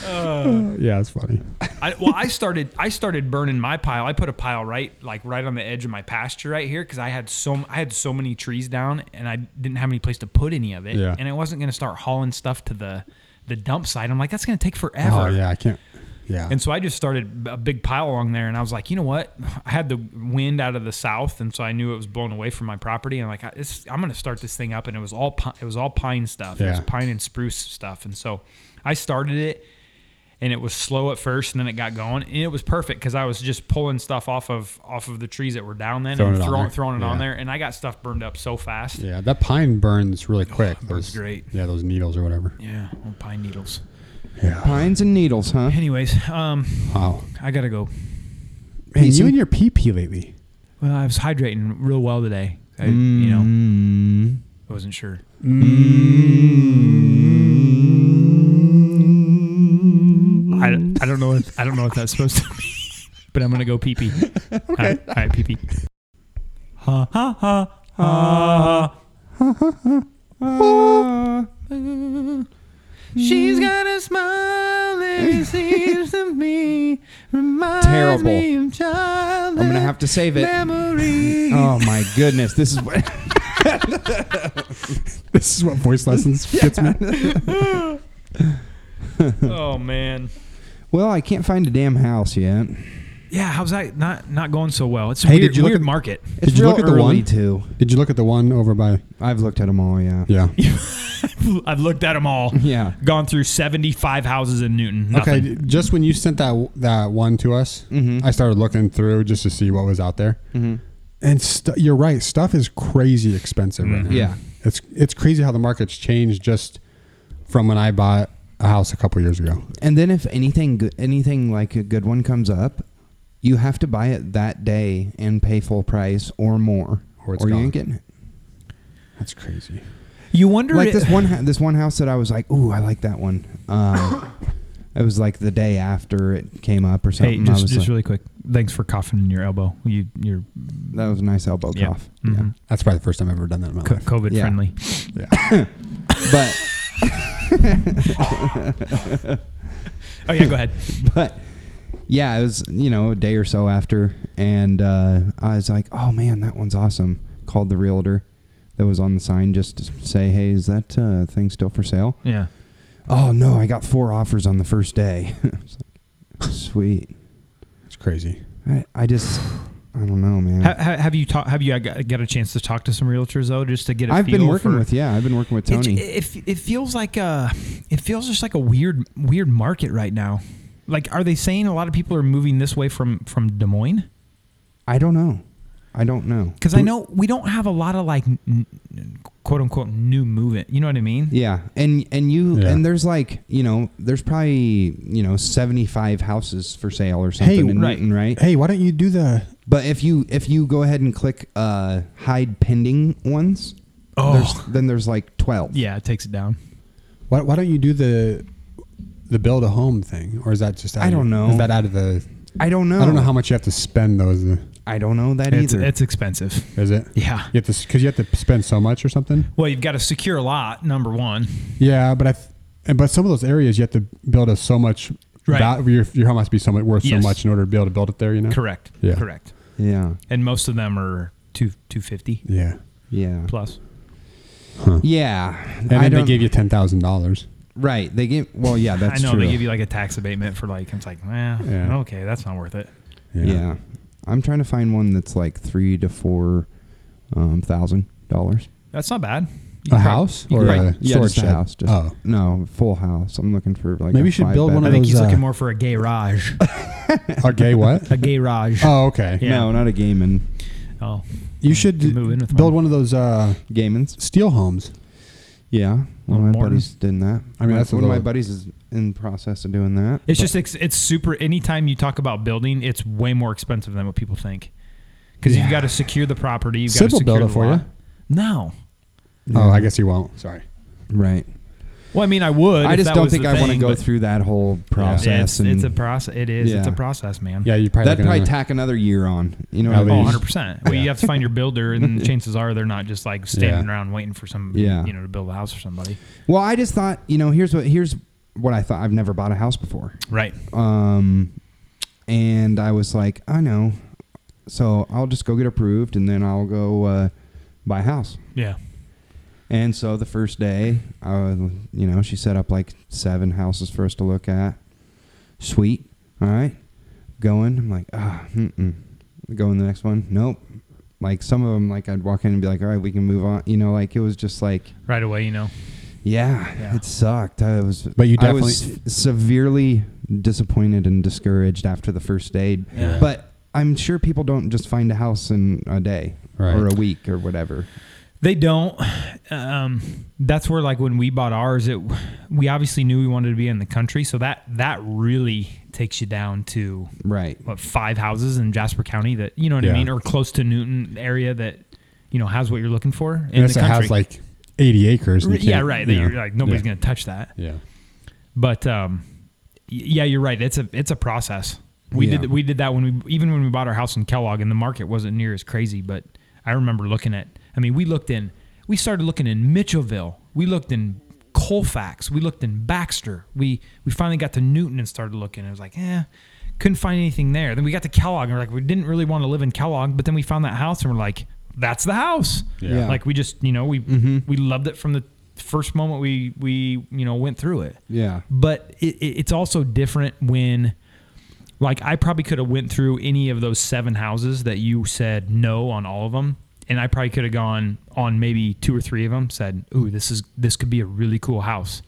D: Uh, yeah, it's funny.
F: I, well, I started I started burning my pile. I put a pile right like right on the edge of my pasture right here because I had so m- I had so many trees down and I didn't have any place to put any of it.
D: Yeah.
F: And I wasn't gonna start hauling stuff to the the dump site. I'm like, that's gonna take forever.
D: Oh yeah, I can't. Yeah,
F: And so I just started a big pile along there, and I was like, you know what? I had the wind out of the south, and so I knew it was blowing away from my property. And like, I, it's, I'm going to start this thing up, and it was all pi- it was all pine stuff. It was
D: Yeah.
F: pine and spruce stuff, and so I started it, and it was slow at first, and then it got going, and it was perfect because I was just pulling stuff off of off of the trees that were down then,
D: Throwing
F: and
D: it on
F: throwing
D: there.
F: throwing it on
D: Yeah.
F: there, and I got stuff burned up so fast. Yeah,
D: yeah. That pine burns really quick.
F: burns Oh, great.
D: Yeah, those needles or whatever.
F: well, pine needles.
D: Yeah.
G: Pines and needles, huh?
F: Anyways, um,
D: Wow.
F: I gotta go.
D: Man,
G: Hey,
D: you
G: some-
D: and your pee pee lately.
F: Well, I was hydrating real well today. I, You know.
G: Mm.
F: I wasn't sure. I, I don't know what I don't know what that's supposed to mean, but I'm gonna go pee pee. okay. All right, all right pee pee. Ha ha ha ha. She's got a smile that seems to me reminds
G: Terrible. me
F: of childhood
G: I'm gonna have to save it.
F: memories.
G: Oh my goodness, this is what
D: This is what voice lessons gets me.
F: oh man.
G: Well, I can't find a damn house yet.
F: Yeah, how's that not not going so well? It's a
D: Hey,
F: weird,
D: did you look
F: weird
D: at-
F: market.
G: It's
D: Did you
G: real
D: look at the
G: early,
D: one?
G: too.
D: Did you look at the one over by?
G: I've looked at them all, yeah.
D: Yeah.
F: I've looked at them all.
G: Yeah.
F: gone through seventy five houses in Newton. Nothing.
D: Okay. Just when you sent that that one to us,
G: Mm-hmm.
D: I started looking through just to see what was out there. And stu you're right. Stuff is crazy expensive right now.
G: Mm-hmm. Yeah.
D: It's it's crazy how the market's changed just from when I bought a house a couple years ago.
G: And then if anything go- anything like a good one comes up, you have to buy it that day and pay full price or more.
D: Or it's
G: you
D: gone.
G: ain't getting it.
D: That's crazy.
F: You wonder
G: Like
F: i-
G: this one hou- this one house that I was like, "Ooh, I like that one." Um It was like the day after it came up or
F: Hey,
G: something. I
F: just,
G: was
F: just
G: like,
F: really quick. Thanks for coughing in your elbow. You you're
G: that was a nice elbow
F: Yeah.
G: cough.
F: Mhm.
D: That's probably the first time I've ever done that in my
F: co-
D: life.
F: COVID
G: Yeah.
F: friendly.
D: Yeah.
G: Yeah. But
F: Oh yeah, go ahead.
G: but yeah, it was you know a day or so after, and uh, I was like, "Oh man, that one's awesome." Called the realtor that was on the sign just to say, "Hey, is that uh, thing still for sale?"
F: Yeah.
G: Oh no, I got four offers on the first day. I was like, Sweet.
D: It's crazy.
G: I, I just I don't know, man.
F: Ha, ha, have you talked? Have you got, got a chance to talk to some realtors though, just to get a
G: I've
F: feel
G: been working
F: for-
G: with yeah, I've been working with
F: It's-
G: Tony.
F: It, it feels like a, it feels just like a weird weird market right now. Like, are they saying a lot of people are moving this way from from Des Moines?
G: I don't know. I don't know.
F: Because I know we don't have a lot of like n- n- quote unquote new movement. You know what I mean?
G: Yeah, and and you
D: Yeah.
G: and there's like you know there's probably you know 75 houses for sale or something in
F: right.
G: Newton, right?
D: Hey, why don't you do the?
G: But if you if you go ahead and click uh, hide pending ones,
F: Oh.
G: there's, then there's like twelve.
F: Yeah, it takes it down.
D: Why, why don't you do the? The build a home thing, or is that just? Out
G: I
D: of-
G: don't know.
D: Is that out of the?
G: I don't know.
D: I don't know how much you have to spend though. Is, the,
G: I don't know that
F: It's,
G: either.
F: it's expensive.
D: is it?
F: Yeah.
D: You have to because you have to spend so much or something.
F: Well, you've got to secure a lot. Number one.
D: Yeah, but I, th- and but some of those areas you have to build a so much.
F: Right.
D: val- your, your home has to be so much worth
F: Yes.
D: so much in order to be able to build it there. You know.
F: Correct.
D: Yeah.
F: Correct.
G: Yeah.
F: And most of them are two two fifty
D: Yeah.
G: Yeah.
F: plus.
G: Yeah.
D: And then they give you ten thousand dollars.
G: right. They give well. Yeah, that's
F: I know
G: true.
F: they give you like a tax abatement for like it's like, eh,
D: Yeah.
F: okay, that's not worth it.
G: Yeah. I'm trying to find one that's like three to four um, thousand dollars.
F: That's not bad. You
D: A
F: could prob-
D: house or
G: right.
D: a
G: yeah,
D: storage
G: just a
D: shed?
G: house. Just,
D: oh,
G: no, full house. I'm looking for like. a
D: Maybe you should
G: five
D: build one
F: I
G: bed-
D: of
F: think he's
D: those, uh,
F: looking more for a garage.
D: a gay what?
F: a garage.
D: Oh, okay.
F: Yeah.
G: No, not a gaming.
F: Oh,
D: You should
F: Can move in with
D: build
F: mine.
D: one of those uh,
G: Gamins.
D: steel homes.
G: Yeah, one of my
F: Morton.
G: buddies did that.
D: I mean,
G: My-
D: that's a
G: one of my
D: little-
G: buddies is in the process of doing that.
F: it's just it's, it's super. Anytime you talk about building, it's way more expensive than what people think. Because you've got to secure the property. You've got
D: Sid
F: to
D: will
F: secure
D: build
F: the
D: it for
F: lot.
D: you.
F: No.
D: Oh, I guess you won't. Sorry.
G: Right.
F: Well, I mean, I would.
G: I
F: if
G: just
F: that
G: don't
F: was
G: think
F: the
G: I want to
F: thing,
G: go
F: but
G: through that whole process.
F: It's,
G: and
F: it's a process. It is. It's a
G: Yeah.
F: process, man.
D: Yeah, you probably
G: That'd
D: looking
G: probably
D: at-
G: tack another year on. You know
D: At
G: what I
F: Oh,
G: mean?
D: least.
F: 100%. Well, you have to find your builder, and chances are they're not just like standing around waiting for some,
G: Yeah.
F: you know, to build a house for somebody.
G: Well, I just thought, you know, here's what here's what I thought. I've never bought a house before.
F: Right.
G: Um, and I was like, I know, so I'll just go get approved, and then I'll go uh, buy a house.
F: Yeah.
G: And so the first day, I was, you know, she set up like seven houses for us to look at. Sweet. All right. Going. I'm like, ah, mm-mm. Going the next one. Nope. Like some of them, like I'd walk in and be like, all right, we can move on. You know, like it was just like,
F: Right away, you know.
G: yeah,
F: Yeah.
G: it sucked. I was,
D: But you
G: I was severely disappointed and discouraged after the first day.
F: Yeah.
G: But I'm sure people don't just find a house in a day
D: Right.
G: or a week or whatever.
F: They don't. Um, that's where like when we bought ours, it we obviously knew we wanted to be in the country, so that that really takes you down to
G: Right.
F: what five houses in Jasper County that you know what I
D: Yeah.
F: mean, or close to Newton area that you know has what you're looking for in
D: unless
F: the
D: it
F: country.
D: has like eighty acres. and you
F: yeah,
D: can't-
F: right. That
D: you know,
F: you're like nobody's
D: yeah.
F: gonna touch that.
D: Yeah.
F: But um, y- yeah, you're right. It's a it's a process. We
G: Yeah.
F: did we did that when we even when we bought our house in Kellogg, and the market wasn't near as crazy. But I remember looking at. I mean, we looked in. We started looking in Mitchellville. We looked in Colfax. We looked in Baxter. We we finally got to Newton and started looking. It was like, eh, couldn't find anything there. Then we got to Kellogg and we're like, we didn't really want to live in Kellogg, but then we found that house and we're like, that's the house.
D: Yeah.
F: Like we just, you know, we we loved it from the first moment we we you know went through it
G: Yeah.
F: but it, it, it's also different when like i probably could have went through any of those seven houses that you said no on all of them and i probably could have gone on maybe two or three of them said ooh this is this could be a really cool house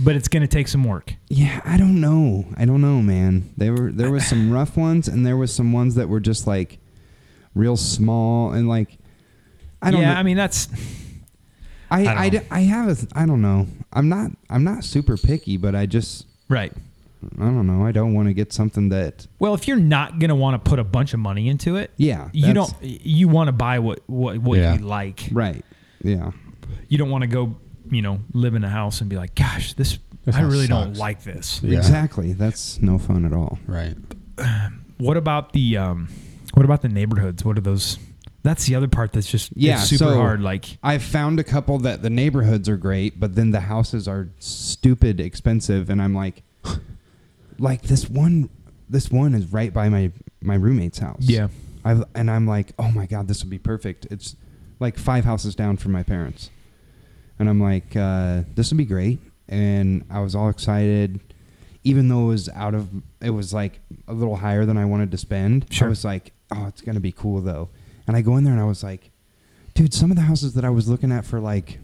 F: but it's going to take some work
G: Yeah, I don't know. I don't know, man. They were there was some rough ones and there was some ones that were just like real small and like I don't
F: yeah
G: know.
F: i mean that's
G: I
F: don't
G: I,
F: know.
G: d- I have a th- I don't know. I'm not I'm not super picky, but I just
F: right
G: I don't know. I don't want to get something that
F: well if you're not going to want to put a bunch of money into it
G: Yeah,
F: you
G: that's-
F: don't you want to buy what what, what
D: Yeah.
F: you like
G: right. Yeah.
F: you don't want to go you know live in a house and be like gosh this,
D: This
F: i
D: house
F: really don't
D: sucks."
F: like this
D: Yeah.
G: Exactly. That's no fun at all.
D: Right.
F: What about the um, what about the neighborhoods? What are those? That's the other part that's just
G: Yeah,
F: yeah super
G: so-
F: hard. Like
G: I've found a couple that the neighborhoods are great, but then the houses are stupid expensive, and I'm like, like this one, this one is right by my my roommate's house.
F: Yeah.
G: I've and I'm like, oh my god, this would be perfect. It's like five houses down from my parents, and I'm like, uh, this would be great. And I was all excited, even though it was out of, it was like a little higher than I wanted to spend. I
F: Sure.
G: was like, oh, it's gonna be cool though. And I go in there and I was like, dude, some of the houses that I was looking at for like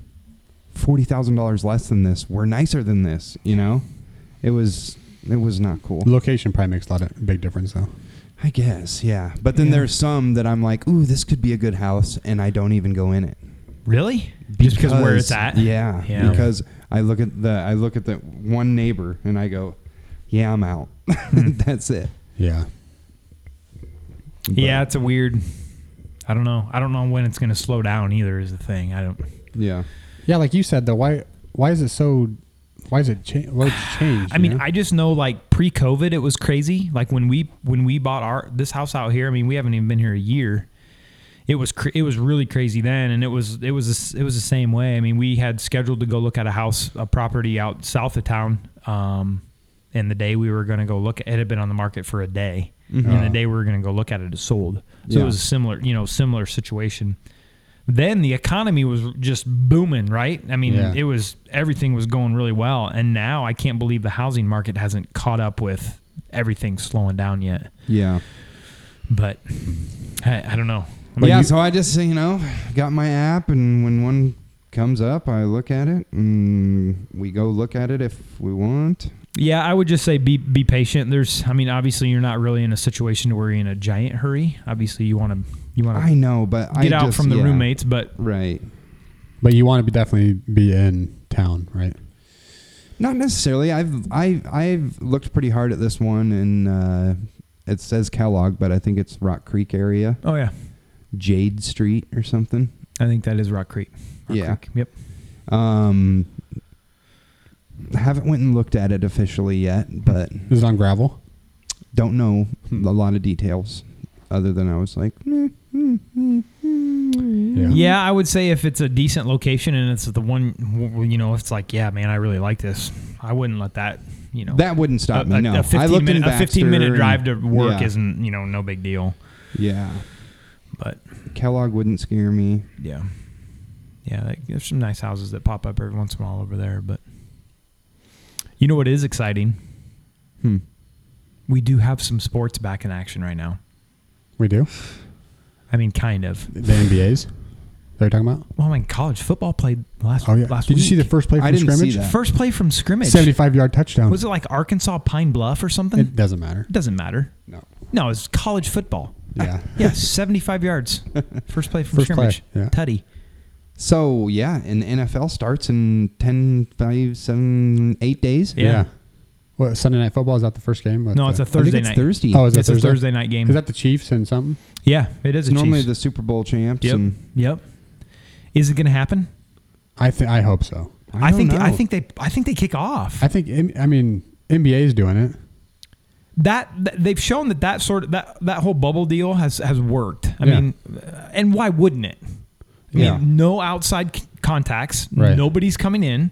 G: forty thousand dollars less than this were nicer than this. You know, it was it was not cool.
D: Location probably makes a lot of big difference though.
G: I guess, yeah. But then there's some that I'm like, ooh, this could be a good house, and I don't even go in it
F: really, just because where it's at.
G: Yeah,
F: Yeah.
G: Because I look at the I look at the one neighbor and I go, yeah, I'm out.
F: Hmm.
G: That's it.
D: Yeah.
F: yeah. It's a weird. I don't know. I don't know when it's going to slow down either. Is the thing. I don't.
G: Yeah.
D: Yeah, like you said though, why why is it so? Why is it cha- why it's changed?
F: I mean, I just know like pre-COVID, it was crazy. Like when we when we bought our this house out here. I mean, we haven't even been here a year. it was cr- it was really crazy then, and it was it was the s- it was the same way. I mean, we had scheduled to go look at a house, a property out south of town, um, and the day we were going to go look, at, it had been on the market for a day, and the day we were going to go look at it, it sold. So
G: Yeah.
F: it was a similar, you know, similar situation. Then the economy was just booming, right? I mean,
D: Yeah.
F: it was everything was going really well, and now I can't believe the housing market hasn't caught up with everything slowing down yet.
G: Yeah.
F: But I, I don't know. I mean,
G: yeah, so I just you know got my app, and when one comes up, I look at it, and we go look at it if we want.
F: Yeah, I would just say be be patient. There's, I mean, obviously you're not really in a situation where you're in a giant hurry. Obviously you want to you want
G: I
F: to
G: know, but I
F: get out
G: just-
F: from the
G: yeah.
F: roommates, but
G: Right.
D: But you want to be definitely be in town, right?
G: Not necessarily. I've I I've looked pretty hard at this one, and uh, it says Kellogg, but I think it's Rock Creek area,
F: oh yeah,
G: Jade Street or something.
F: I think that is Rock Creek. Rock
G: Yeah.
F: Creek. Yep.
G: Um, haven't went and looked at it officially yet, but
D: Is it on gravel?
G: don't know
F: Hmm.
G: a lot of details other than I was like, "Meh."
D: Yeah.
F: Yeah, I would say if it's a decent location and it's the one, w- w- you know, if it's like, yeah, man, I really like this, I wouldn't let that, you know,
G: that wouldn't stop me.
F: a,
G: no,
F: a 15
G: I looked
F: minute
G: in
F: a 15
G: Baxter
F: minute
G: and-
F: drive to work
G: yeah,
F: isn't, you know, no big deal.
G: Yeah,
F: But
G: Kellogg wouldn't scare me.
F: yeah, yeah, like, there's some nice houses that pop up every once in a while over there. But you know what is exciting?
G: Hmm.
F: We do have some sports back in action right now.
D: We do.
F: I mean, kind of.
D: The NBAs. They're talking about.
F: Well, I mean, college football played last
D: Oh yeah.
F: last
D: Did
F: week.
D: you see the first play
G: I
D: from
G: didn't see
D: scrimmage?
G: that.
F: first play from scrimmage?
D: Seventy-five yard touchdown.
F: Was it like Arkansas Pine Bluff or something?
D: Um, It doesn't matter.
F: It doesn't matter.
D: No.
F: No, it's college football.
D: Yeah.
F: Yeah, 75 yards. First play from
D: First
F: scrimmage.
D: play, yeah.
F: Tutty.
G: So yeah, and NFL starts in 10, 5, 7, 8 days.
F: Yeah.
D: What Sunday night football is that the first game? With,
F: No, it's
D: uh,
F: a Thursday
G: I think it's
F: night.
G: Thursday.
D: Oh, is it
F: It's a
D: Thursday?
F: Thursday night game.
D: Is that the Chiefs and something?
F: yeah, it is
G: it's
F: a
G: normally
F: Chiefs.
G: the Super Bowl champs.
F: Yep.
G: and
F: Yep. Is it going to happen?
D: I think I hope so.
G: I, don't
F: think
G: know.
F: I think they I think they kick off.
D: I think M- I mean NBA is doing it.
F: that th- they've shown that that sort of that that whole bubble deal has has worked. I
D: Yeah.
F: mean, uh, and why wouldn't it? I mean,
D: Yeah.
F: no outside c- contacts.
D: Right.
F: Nobody's coming in.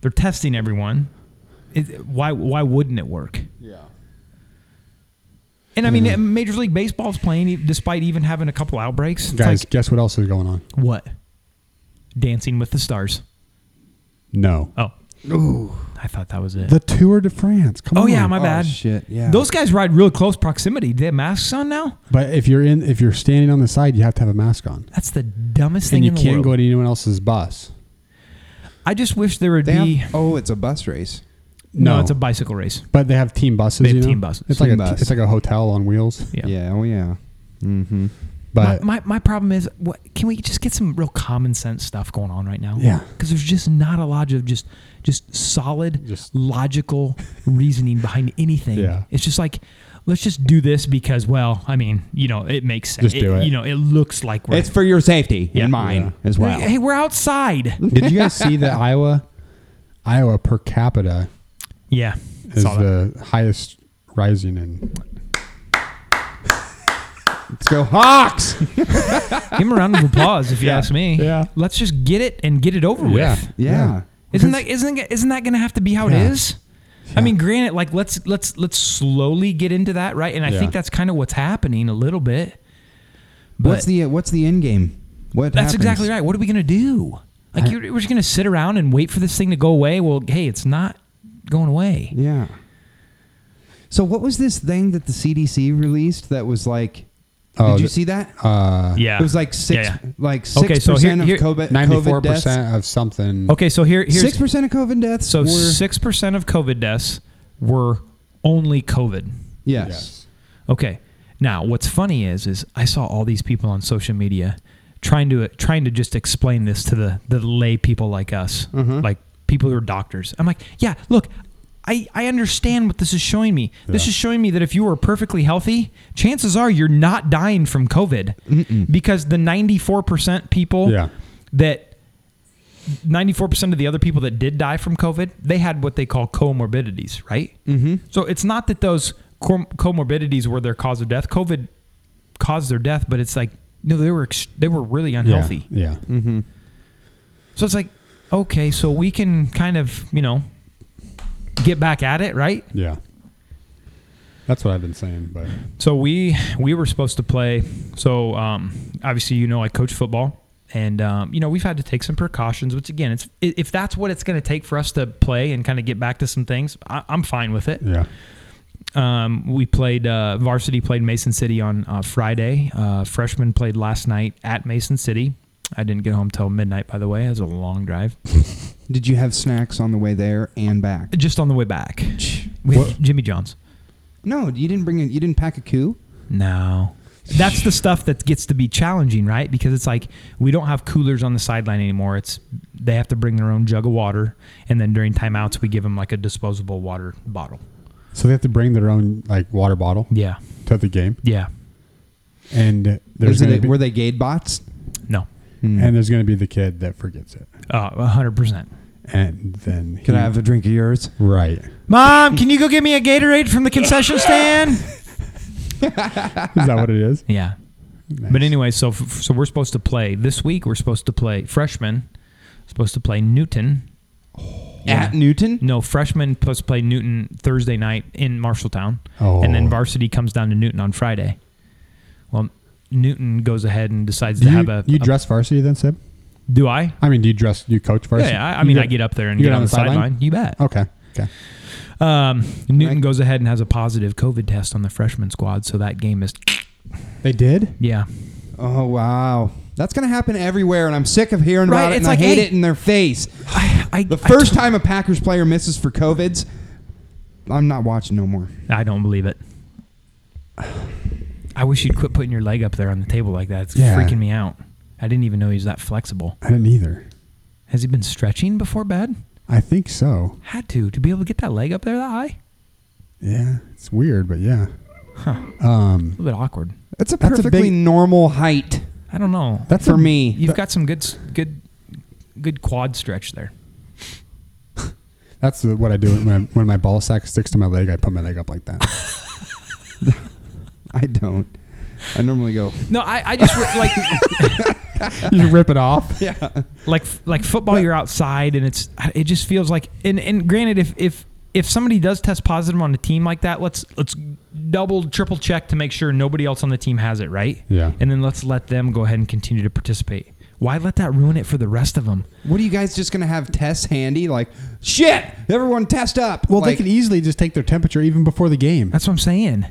F: They're testing everyone. It, why why wouldn't it work?
D: Yeah. Mm-hmm.
F: And I mean, uh, Major League Baseball's playing e- despite even having a couple outbreaks. It's
D: Guys,
F: like,
D: guess what else is going on?
F: what? Dancing with the Stars.
D: No.
F: Oh, I thought that was it.
D: The Tour de France. Come
F: oh
D: on.
F: yeah, my
G: Oh,
F: bad.
G: shit, yeah.
F: Those guys ride real close proximity. Do they have masks on now?
D: But if you're in, if you're standing on the side, you have to have a mask on,
F: That's the dumbest thing
D: and you
F: in the
D: can't
F: world.
D: go to anyone else's bus.
F: I just wish there would
G: They
F: be.
G: have, oh, it's a bus race.
F: no.
D: No.
F: it's a bicycle race.
D: But they have team buses.
F: They have
D: you know?
F: team buses.
D: It's
G: Team
D: like a
G: bus.
D: it's like a hotel on wheels.
F: Yeah.
G: Yeah. oh yeah. Mm-hmm.
D: But
F: my, my, my problem is, what can we just get some real common sense stuff going on right now?
D: Yeah.
F: Because there's just not a lot of just just solid,
D: Just-
F: logical reasoning behind anything.
D: Yeah.
F: It's just like, let's just do this because, well, I mean, you know, it makes sense.
D: Just do it.
F: You know, it looks like we're.
G: It's for your safety
F: Yeah.
G: and mine
D: Yeah.
G: as well.
F: Hey, we're outside.
D: did you guys see that Iowa Iowa per capita
F: yeah.
D: is
F: Saw that.
D: the highest rising in
G: Let's go Hawks.
F: Give him a round of applause if you
G: Yeah.
F: ask me.
D: Yeah.
F: Let's just get it and get it over with.
G: yeah.
F: Isn't that isn't it- isn't that going to have to be how
D: Yeah.
F: it is? I mean, granted, like let's let's let's slowly get into that, right? And I
D: Yeah.
F: think that's kind of what's happening a little bit. But
G: What's the what's the end game? What
F: that's
G: happens?
F: exactly right. What are we going to do? Like
D: I-
F: you're, we're just going to sit around and wait for this thing to go away? Well, hey, it's not going away.
G: Yeah. So what was this thing that the CDC released that was like?
D: Oh,
G: did you
D: the-
G: see that?
D: Uh,
F: Yeah,
G: It was like six,
F: Yeah, yeah.
G: like six
F: Okay, so here-
G: percent
F: here-
G: of COVID,
D: Ninety-four
G: COVID deaths.
D: percent of something.
F: Okay, so here here's
G: Six percent of COVID deaths.
F: so
G: were,
F: six percent of COVID deaths were only COVID.
G: Yes.
D: Yes.
F: Okay. Now, what's funny is, is I saw all these people on social media trying to trying to just explain this to the the lay people like us,
D: Mm-hmm.
F: like people who are doctors. I'm like, yeah, look, I I understand what this is showing me. This
D: Yeah.
F: is showing me that if you were perfectly healthy, chances are you're not dying from COVID because the 94 percent people
D: Yeah.
F: that 94% of the other people that did die from COVID, they had what they call comorbidities, right? Mm-hmm. So it's not that those com- comorbidities were their cause of death. COVID caused their death, but it's like no, they were ex- they were really unhealthy.
D: Yeah. yeah.
F: So it's like, okay, so we can kind of, you know, get back at it, right?
D: Yeah. That's what I've been saying, but
F: So we we were supposed to play. So um, obviously, you know, I coach football, and um, you know, we've had to take some precautions. Which again, it's i- if that's what it's going to take for us to play and kind of get back to some things, I, I'm fine with it.
D: yeah.
F: Um, we played uh, varsity played Mason City on uh, Friday. Uh, freshman played last night at Mason City. I didn't get home till midnight, by the way. It was a long drive.
G: Did you have snacks on the way there and back?
F: Just on the way back, we had Jimmy John's.
G: No, you didn't bring it. You didn't pack a coup.
F: No. That's the stuff that gets to be challenging, right? Because it's like we don't have coolers on the sideline anymore. It's they have to bring their own jug of water, and then during timeouts we give them like a disposable water bottle.
D: So they have to bring their own like water bottle
F: Yeah,
D: to the game,
F: yeah.
D: and there's
G: Is
D: gonna
G: it,
D: be, Mm.
G: were they Gade bots?
F: No, Uh,
D: and there's going to be the kid that forgets it,
F: hundred percent.
D: and then
G: Can
D: he-
G: I have a drink of yours?
D: right?
F: Mom, can you go get me a Gatorade from the concession stand?
D: Is that what it is?
F: yeah. But anyway, so f- so we're supposed to play this week. We're supposed to play freshman. Supposed to play Newton.
G: At Newton?
F: No, freshman plus play Newton Thursday night in Marshalltown.
D: Oh.
F: And then varsity comes down to Newton on Friday. Well, Newton goes ahead and decides
D: Do
F: to
D: you,
F: have a.
D: you
F: a-
D: dress varsity then, Sib?
F: do I?
D: I mean, do you dress? Do you coach
F: Yeah,
D: varsity?
F: yeah, I, I
D: You
F: mean, I get up there and
D: you
F: get, on the sideline. You bet.
D: Okay, okay.
F: Um, Newton goes ahead and has a positive COVID test on the freshman squad, so that game is.
D: They did.
F: Yeah.
G: Oh wow, that's gonna happen everywhere, and I'm sick of hearing
F: Right,
G: about it.
F: it's
G: And
F: like,
G: I hate
F: hey-
G: it in their face.
F: I, I,
G: The
F: I
G: first
F: don't-
G: time a Packers player misses for COVIDs, I'm not watching no more.
F: I don't believe it. I wish you'd quit putting your leg up there on the table like that. It's
D: Yeah.
F: freaking me out. I didn't even know he was that flexible.
D: I didn't either.
F: Has he been stretching before bed?
D: I think so.
F: Had to to be able to get that leg up there that high.
D: Yeah, it's weird, but yeah,
F: A little bit awkward.
G: That's a
D: That's a
G: perfectly
D: big-
G: normal height
F: I don't know.
D: that's
G: for
D: a-
G: me.
F: You've got some good, s- good, good quad stretch there.
D: That's what I do when I, when my ball sack sticks to my leg. I put my leg up like that.
G: I don't. I normally go.
F: No, I, I just re- like,
D: you just rip it off.
F: like, like football. You're outside, and it's it just feels like. And and granted, if if if somebody does test positive on a team like that, let's let's double triple check to make sure nobody else on the team has it, right?
D: Yeah.
F: And then let's let them go ahead and continue to participate. Why let that ruin it for the rest of them?
G: What are you guys just gonna have tests handy? Like shit, everyone test up.
D: Well,
G: Like,
D: they could easily just take their temperature even before the game.
F: That's what I'm saying.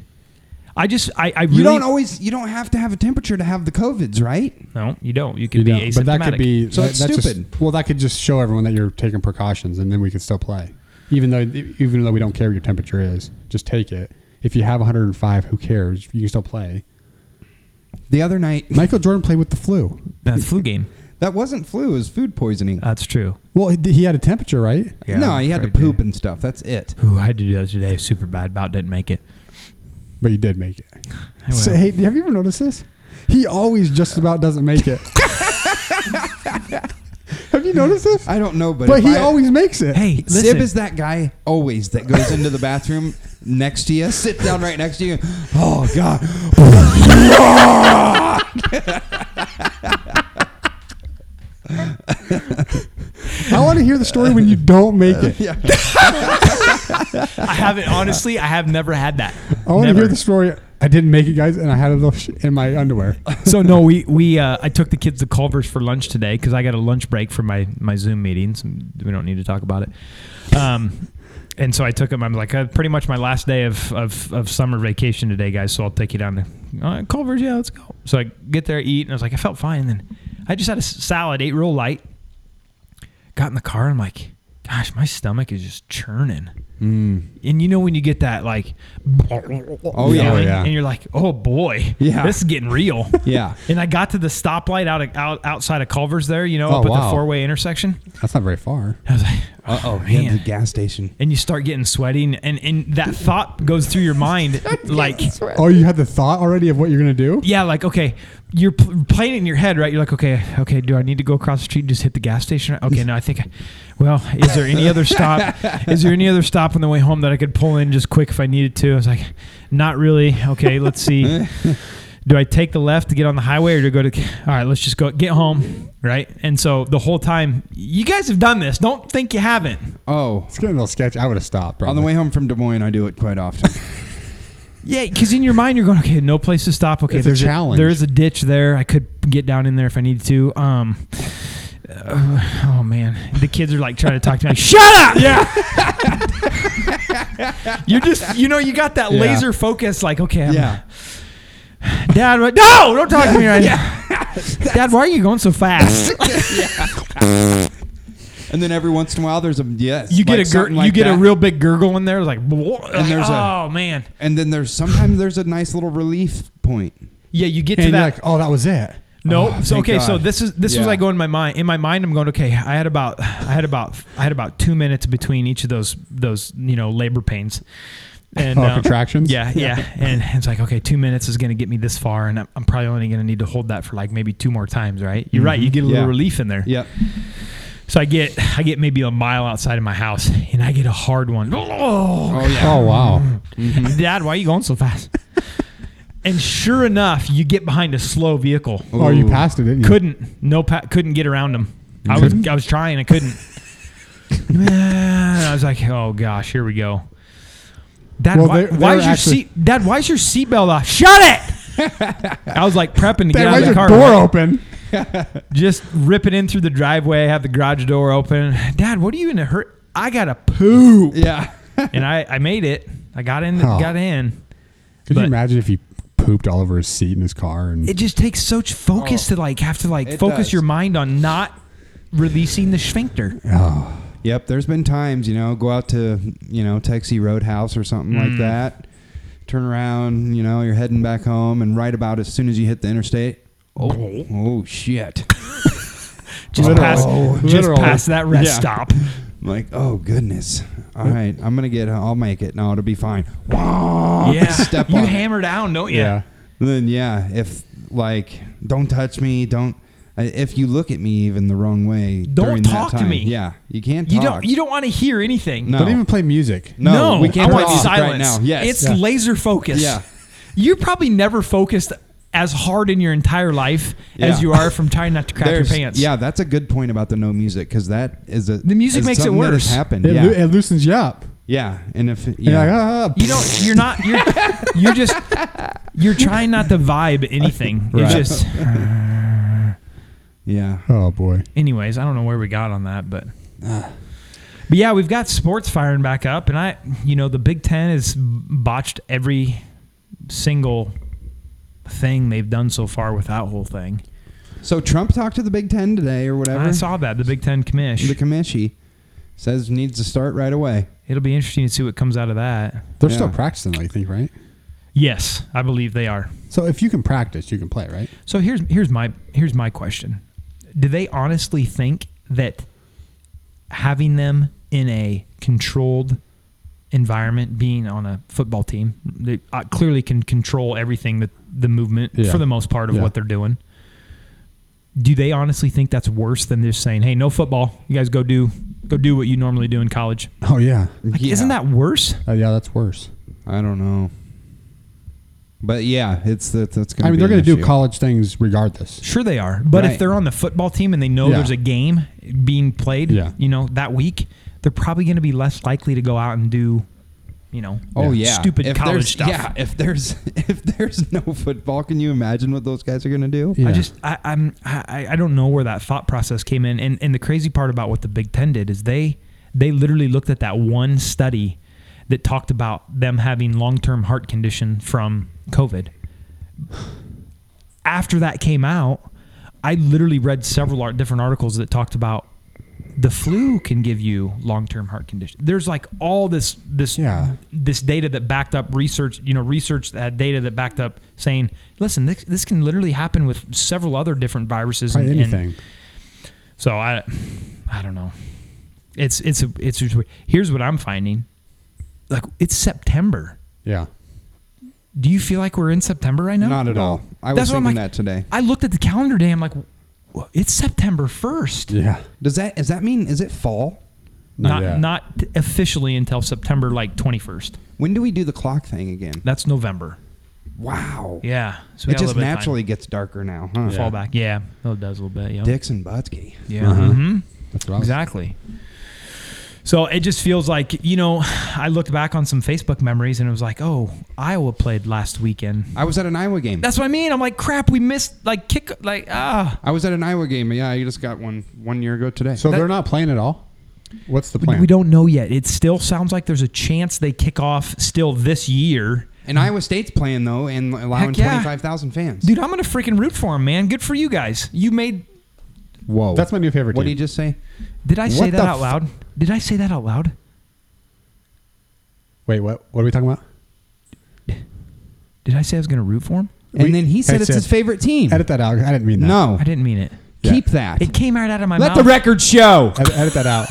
F: I just I I really
G: You don't always. You don't have to have a temperature to have the covids, right?
F: no you don't you could
D: You
F: be
D: don't-
F: asymptomatic.
D: but that could be
G: So
D: that-
G: it's
D: that's just-
G: stupid.
D: well, that could just show everyone that you're taking precautions, and then we could still play, even though even though we don't care what your temperature is. Just take it. If you have 105, who cares? You can still play.
G: The other night,
D: Michael Jordan played with the flu.
F: That's flu game.
G: that wasn't flu. It was food poisoning.
F: That's true.
D: Well, he he had a temperature, right?
G: no, he had to
F: right,
G: poop and stuff. That's it.
F: Ooh, I had to do that today. Super bad. About didn't make it.
D: But you did make it.
F: I
G: Oh,
D: So,
F: will.
D: hey, have you ever noticed this? He always just about doesn't make it. have you noticed this?
G: I don't know, but
D: But
G: if
D: he
G: I-
D: always makes it.
F: Hey,
G: Sib
F: listen.
G: is that guy always that goes into the bathroom next to you, sit down right next to you. Oh God!
D: I want to hear the story when you don't make it.
F: I haven't honestly. I have never had that.
D: I want to
F: Never.
D: hear the story. I didn't make it, guys, and I had a little sh- in my underwear.
F: So no, we we uh, I took the kids to Culver's for lunch today because I got a lunch break for my my Zoom meetings. We don't need to talk about it. Um, and so I took them. I'm like, uh, pretty much my last day of, of of summer vacation today, guys. So I'll take you down to uh, Culver's. Yeah, let's go. So I get there, eat, and I was like, I felt fine. And then I just had a s- salad, ate real light. Got in the car, and I'm like, gosh, my stomach is just churning. And you know when you get that like, oh
G: yeah. Oh,
D: yeah.
F: and you're like, oh boy,
G: Yeah.
F: this is getting real.
G: Yeah.
F: And I got to the stoplight out, of, out outside of Culver's there, you know,
D: Oh,
F: up at the
D: wow.
F: four way intersection.
D: That's not very far.
F: I was like, oh,
G: Yeah, the
F: man.
G: gas station.
F: And you start getting sweaty, and, and, and that thought goes through your mind like,
D: Oh, you had the thought already of what you're gonna do?
F: yeah, like, okay, you're pl- playing it in your head, right? You're like, okay, okay, do I need to go across the street and just hit the gas station? Okay, no, I think, I, well, is there any other stop? Is there any other stop on the way home that I could pull in just quick if I needed to? I was like, not really. Okay, let's see. do I take the left to get on the highway or to go to? All right, let's just go get home, right? And so the whole time, you guys have done this. Don't think you haven't.
G: Oh,
D: It's getting a little sketchy. I would have stopped. Probably.
G: on the way home from Des Moines, I do it quite often.
F: Yeah, because in your mind you're going, okay, no place to stop. Okay,
D: It's a
F: there's
D: challenge.
F: there is a ditch there. I could get down in there if I needed to. Um, uh, oh man, the kids are like trying to talk to me. Like, Shut up! Yeah. you're just, you know, you got that
D: Yeah.
F: laser focus. Like, okay, I'm,
G: yeah.
F: Dad, what- no, don't talk to me right now. Dad, why are you going so fast?
G: And then every once in a while, there's a yes.
F: You get
G: like
F: a gur-
G: something
F: you
G: like
F: get a
G: that.
F: real big gurgle in there, like, and
G: there's a-
F: oh man,
G: And then there's sometimes there's a nice little relief point.
F: yeah, you get to
D: and
F: that.
D: you're like, oh, that was it.
F: No.
G: Oh,
F: so
G: thank
F: okay. So
G: God.
F: this is this was
G: Yeah.
F: like going in my mind. In my mind, I'm going okay. I had about I had about I had about two minutes between each of those those you know labor pains. And, uh,
D: Oh, contractions?
F: Yeah, yeah. And it's like, okay, two minutes is going to get me this far, and I'm, I'm probably only going to need to hold that for like maybe two more times, right? You're right. You get a little
G: Mm-hmm. Yeah.
F: relief in there.
G: Yep.
F: So I get, I get maybe a mile outside of my house, and I get a hard one. Oh,
G: Oh yeah.
D: Oh wow.
F: Dad, why are you going so fast? and sure enough, you get behind a slow vehicle
D: Oh, you
G: Ooh.
D: passed it, didn't you?
F: couldn't no pa- couldn't get around him. I was I was trying, I couldn't. Man, I was like, oh gosh, here we go. Dad,
D: Well,
F: why,
D: they- they
F: why
D: were
F: is your
D: actually-
F: seat? Dad, why is your seatbelt off? Shut it! I was like prepping to
D: Dad,
F: get out of
D: why's
F: the
D: your
F: car,
D: door
F: right?
D: open?
F: just ripping in through the driveway, have the garage door open. Dad, what are you in a hurry? I gotta poop,
G: Yeah.
F: and I I made it. I got in,
D: Oh.
F: got in.
D: Could
F: But-
D: you imagine if he pooped all over his seat in his car? And
F: it just takes such focus to like have to like
G: Oh. It
F: focus
G: does.
F: your mind on not releasing the sphincter.
G: Yep. There's been times, you know, go out to, you know, Texas Roadhouse or something
F: Mm.
G: like that. Turn around, you know, you're heading back home, and right about as soon as you hit the interstate, oh, oh shit!
F: Just
D: Literally.
F: past,
D: Oh,
F: just
D: literally.
F: past that rest
G: Yeah.
F: stop.
G: I'm like, oh goodness. All right, I'm gonna get. I'll make it. No, it'll be fine.
F: Yeah,
G: Step
F: you
G: on it.
F: hammer down, don't you?
D: yeah.
G: Then yeah, if like, don't touch me. Don't. uh, If you look at me even the wrong way,
F: Don't
G: during
F: talk
G: that
F: to
G: time,
F: me.
G: Yeah, you can't.
F: You
G: Talk.
F: don't. You don't want to hear anything.
G: No.
D: Don't even play music.
G: No, we can't
F: I want
G: turn it off
F: silence
G: right now. Yes.
F: it's
G: Yeah.
F: laser focus.
G: Yeah.
F: you probably never focused as hard in your entire life as
G: Yeah.
F: you are from trying not to crap your
G: There's-
F: pants.
G: Yeah, that's a good point about the no music because that is a
F: The music
G: is
F: makes it
G: something that has
F: worse.
G: Happened.
D: It,
G: Yeah,
D: loo- it loosens you up.
G: yeah, and if
D: You're
G: yeah,
D: like, ah,
F: You don't. You're not. You're. You're just. You're trying not to vibe anything.
G: Right.
F: It's just.
G: yeah,
D: oh boy.
F: anyways, I don't know where we got on that, but but yeah, we've got sports firing back up, and I, you know, the Big Ten has botched every single thing they've done so far with that whole thing.
G: So Trump talked to the Big Ten today or whatever.
F: I saw that the Big Ten commish.
G: the committee says needs to start right away.
F: It'll be interesting to see what comes out of that.
D: They're
G: Yeah.
D: still practicing, though, you think, right?
F: Yes, I believe they are.
D: So if you can practice, you can play, right?
F: So here's here's my here's my question. Do they honestly think that having them in a controlled environment, being on a football team, they uh, clearly can control everything that the movement
D: Yeah.
F: for the most part of
D: Yeah.
F: what they're doing. Do they honestly think that's worse than just saying, "Hey, no football. You guys go do go do what you normally do in college."
D: Oh yeah.
F: Like, Isn't that worse?
D: Uh, yeah, that's worse.
G: I don't know, but yeah, it's that that's gonna.
D: I mean,
G: be
D: they're
G: an
D: going to do
G: issue.
D: college things regardless.
F: Sure, they are. But if
G: Right.
F: they're on the football team and they know
D: Yeah.
F: there's a game being played,
D: Yeah.
F: you know, that week, they're probably going to be less likely to go out and do, you know,
G: Oh yeah,
F: stupid
G: If
F: college
G: there's-
F: stuff.
G: Yeah, if there's if there's no football, can you imagine what those guys are gonna do?
D: Yeah.
F: I just I, I'm I, I don't know where that thought process came in. And and the crazy part about what the Big Ten did is they they literally looked at that one study that talked about them having long term heart condition from COVID. After that came out, I literally read several art, different articles that talked about the flu can give you long term heart condition. There's like all this this
D: Yeah.
F: this data that backed up research, you know, research that had data that backed up saying, listen, this, this can literally happen with several other different viruses.
D: Try
F: and- and-
D: anything.
F: so I, I don't know. It's it's a, it's just weird. here's what I'm finding. Like it's September.
D: yeah.
F: Do you feel like we're in September right now?
G: Not at all. I was
F: That's what I'm
G: thinking
F: like-
G: that today.
F: I looked at the calendar day. I'm like, "Wha- it's September first.
D: Yeah.
G: Does that does that mean is it fall?
F: Not
D: yet.
F: not officially until September like 21st.
G: When do we do the clock thing again?
F: That's November.
G: Wow.
F: Yeah. So we
G: It
F: got a little
G: just
F: bit of time.
G: naturally gets darker now, huh?
F: fall back. Yeah. Oh, it does a little bit. Yeah.
G: Dicks and Butsky.
F: Yeah. hmm
D: That's what I was.
F: Exactly. So it just feels like, you know, I looked back on some Facebook memories and it was like, oh, Iowa played last weekend.
G: I was at an Iowa game.
F: That's what I mean. I'm like, crap, we missed like kick, like, ah.
G: I was at an Iowa game. Yeah, I just got one one year ago today.
D: So they're not playing at all. What's the plan?
F: We don't know yet. It still sounds like there's a chance they kick off still this year.
G: and Iowa State's playing though, and allowing
F: Heck yeah.
G: twenty five thousand fans.
F: Dude, I'm going to freaking root for them, man. Good for you guys. You made,
G: whoa,
D: That's my new favorite.
G: What
D: team.
G: did you just say?
F: did I say
G: What
F: that
G: the
F: out
G: f-
F: loud? Did I say that out loud?
D: Wait, what? What are we talking about?
F: Did I say I was going to root for them?
D: We-
G: and then he said
D: I
G: it's
D: said-
G: his favorite team.
D: Edit that out. I didn't mean that.
G: no,
F: I didn't mean it.
G: keep that.
F: It came right out of my
G: Let
F: mouth.
G: the record show.
D: Ed- edit that out.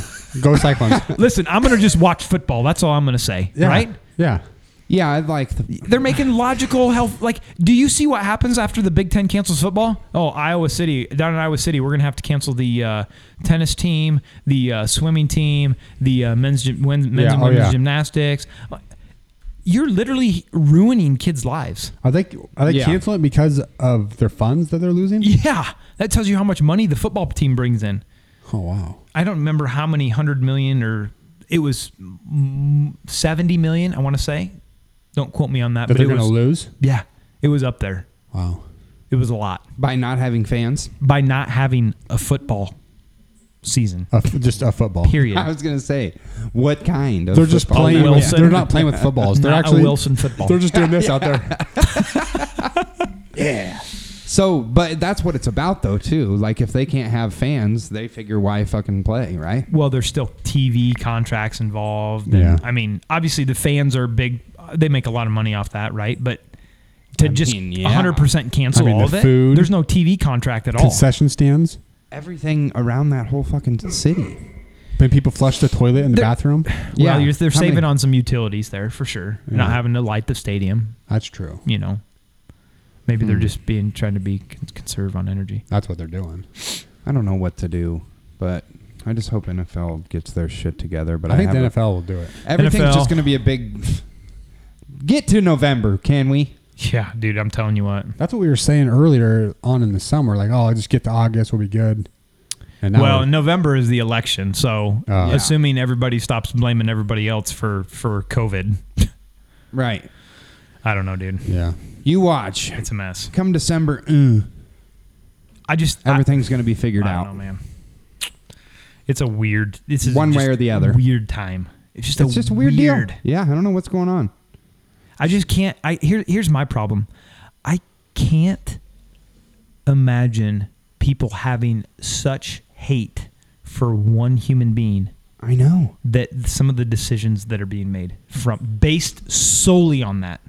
D: Go Cyclones.
F: Listen, I'm going to just watch football. That's all I'm going to say.
D: Yeah.
F: Right?
D: Yeah.
G: Yeah, I like. The,
F: They're making logical health. Like, do you see what happens after the Big Ten cancels football? Oh, Iowa City, down in Iowa City, we're going to have to cancel the uh, tennis team, the uh, swimming team, the uh, men's, gym, men's, men's
D: Yeah,
F: and
D: oh,
F: women's
D: yeah.
F: gymnastics. You're literally ruining kids' lives.
D: Are they are they
G: Yeah.
D: canceling it because of their funds that they're losing?
F: Yeah. That tells you how much money the football team brings in.
D: Oh wow.
F: I don't remember how many hundred million or it was mm, 70 million, I want to say. Don't quote me on that,
D: That
F: but
D: they're
F: it
D: going to
F: was
D: lose.
F: yeah, it was up there.
D: Wow.
F: It was a lot
G: by not having fans,
F: by not having a football season.
D: A f- just a football.
F: Period.
G: I was gonna say, what kind? Of
D: They're just
G: football?
D: playing. With,
F: Wilson.
D: they're not playing with footballs. They're
F: Not a
D: actually
F: Wilson football.
D: They're just doing this out there.
G: So, but that's what it's about though too. Like if they can't have fans, they figure why fucking play, right?
F: well, there's still TV contracts involved.
D: Yeah.
F: And, I mean, obviously the fans are big. They make a lot of money off that, right? But to just
G: mean, yeah.
F: 100% cancel
D: I mean,
F: all
D: the
F: of it,
D: food.
F: there's no TV contract at all.
D: Concession stands.
G: Everything around that whole fucking city.
D: Then people flush the toilet in the
F: They're-
D: bathroom.
F: Well,
G: Yeah.
F: you're, they're
G: How
F: saving
G: many-
F: on some utilities there for sure. Not having to light the stadium,
D: That's true.
F: you know. Maybe
G: Hmm.
F: they're just being trying to be con- conserve on energy.
D: That's what they're doing.
G: I don't know what to do, but I just hope NFL gets their shit together. But I,
D: I think the
G: have a-
D: NFL will do it.
G: everything's
F: NFL.
G: just gonna be a big. Get to November, can we?
F: Yeah, dude, I'm telling you what.
D: That's what we were saying earlier on in the summer. Like, oh, just get to August, we'll be good. And
G: Uh,
D: now
F: well,
D: we're-
F: November is the election, so
D: Uh, Yeah.
F: assuming everybody stops blaming everybody else for for COVID,
G: Right.
F: I don't know, dude.
D: yeah,
G: You watch.
F: It's a mess.
G: Come December, mm,
F: I just I-
G: everything's gonna be figured
F: I,
G: out.
F: don't know, man. It's a weird. This is
G: One way
F: just
G: or the other.
F: Weird time. It's just a
G: it's just a weird,
F: weird
G: deal. Yeah, I don't know what's going on.
F: I just can't. I here. Here's my problem. I can't imagine people having such hate for one human being
G: I know.
F: that some of the decisions that are being made from based solely on that.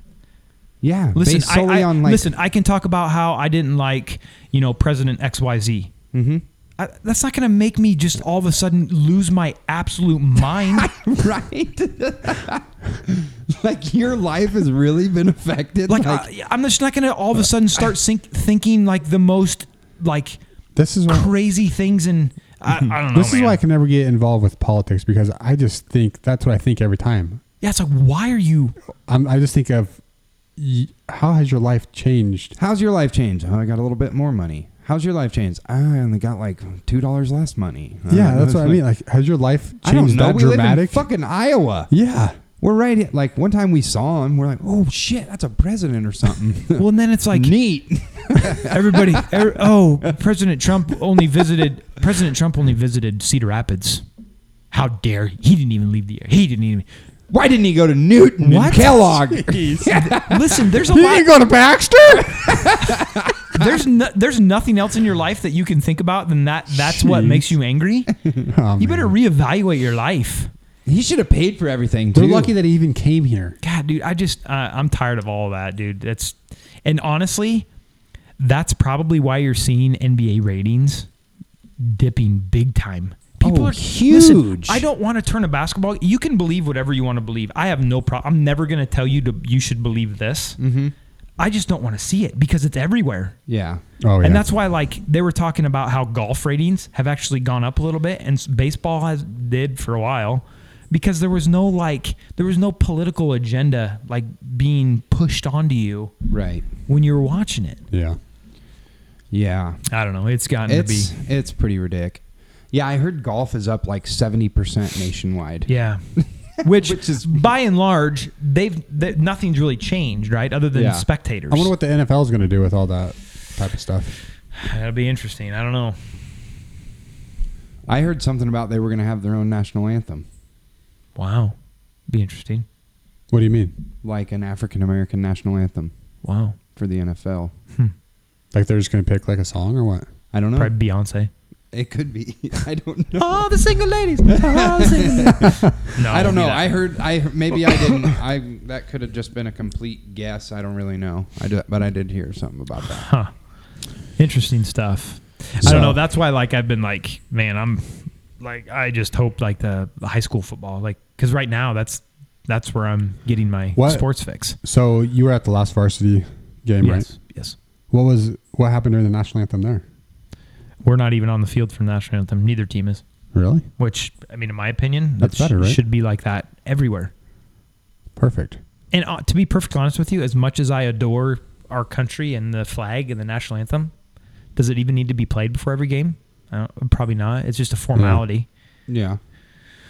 G: Yeah,
F: Listen,
G: based solely
F: I, I,
G: on like
F: listen. I can talk about how I didn't like you know President X Y Z.
G: Mm-hmm.
F: I, that's not going to make me just all of a sudden lose my absolute mind.
G: right? like your life has really been affected.
F: like, I, I'm just not going to all of a sudden start sink, thinking like the most like
D: this is what,
F: crazy things and I, I don't know.
D: this is
F: man.
D: why I can never get involved with politics because I just think that's what I think every time.
F: yeah, it's like why are you?
D: I'm, I just think of y- how has your life changed?
G: how's your life changed? Oh, I got a little bit more money. How's your life changed? I only got like two dollars less money. Uh,
D: yeah, that's
G: it's
D: what I mean. Like, has your life
G: I don't
D: changed
G: know.
D: that
G: We live in
D: dramatic?
G: fucking Iowa.
D: yeah,
G: We're right. Here. Like one time we saw him. We're like, oh shit, that's a president or something.
F: Well, and then it's like
G: Neat.
F: everybody. er- oh, President Trump only visited. President Trump only visited Cedar Rapids. How dare he? He didn't even leave the. He didn't even.
G: Why didn't he go to Newton?
F: What?
G: And Kellogg.
F: Listen, there's a
D: you
F: lot.
D: can go to Baxter.
F: There's no, there's nothing else in your life that you can think about than that. That's what
D: Jeez. Oh,
F: makes you angry. you better reevaluate your life.
G: he should have paid for everything.
D: They're
G: too.
D: lucky that he even came here.
F: God, dude, I just uh, I'm tired of all that, dude. That's and honestly, that's probably why you're seeing NBA ratings dipping big time.
G: Oh, huge.
F: I don't want to turn a basketball. You can believe whatever you want to believe. I have no problem. I'm never going to tell you to you should believe this. Mm-hmm. I just don't want to see it because it's everywhere.
G: Yeah.
D: Oh yeah,
F: And that's why, like, they were talking about how golf ratings have actually gone up a little bit, and s- baseball has did for a while, because there was no like there was no political agenda like being pushed onto you
G: Right.
F: when you were watching it.
D: Yeah.
G: Yeah.
F: I don't know. It's gotten
G: It's
F: to be
G: it's pretty ridiculous. Yeah, I heard golf is up like seventy percent nationwide.
F: yeah. Which,
G: Which is-
F: by and large, they've th nothing's really changed, right? Other than
G: Yeah.
F: spectators.
D: I wonder what the NFL is going to do with all that type of stuff.
F: That'll be interesting. I don't know.
G: I heard something about they were going to have their own national anthem,
F: Wow, be interesting.
D: What do you mean?
G: like an African American national anthem
F: Wow,
G: for the NFL.
D: Like they're just going to pick like a song or what?
G: I don't know.
F: probably Beyonce.
G: It could be. I don't know.
F: All Oh, the single ladies. All the single ladies. no,
G: I
F: it'll
G: don't
F: be
G: know.
F: that.
G: I heard. I maybe I didn't. I that could have just been a complete guess. I don't really know. I do, but I did hear something about that.
F: Huh. Interesting stuff. I
D: So-
F: don't know. That's why, like, I've been like, man, I'm like, I just hope like the, the high school football, like, because right now that's that's where I'm getting my
D: What?
F: sports fix.
D: So you were at the last varsity game, right?
F: Yes, yes.
D: What was what happened during the national anthem there?
F: We're not even on the field for the national anthem. Neither team is.
D: Really?
F: Which, I mean, in my opinion,
D: That's
F: that sh-
D: better, right?
F: should be like that everywhere.
D: Perfect.
F: And uh, to be perfectly honest with you, as much as I adore our country and the flag and the national anthem, does it even need to be played before every game? I don't, probably not. It's just a formality.
G: Yeah.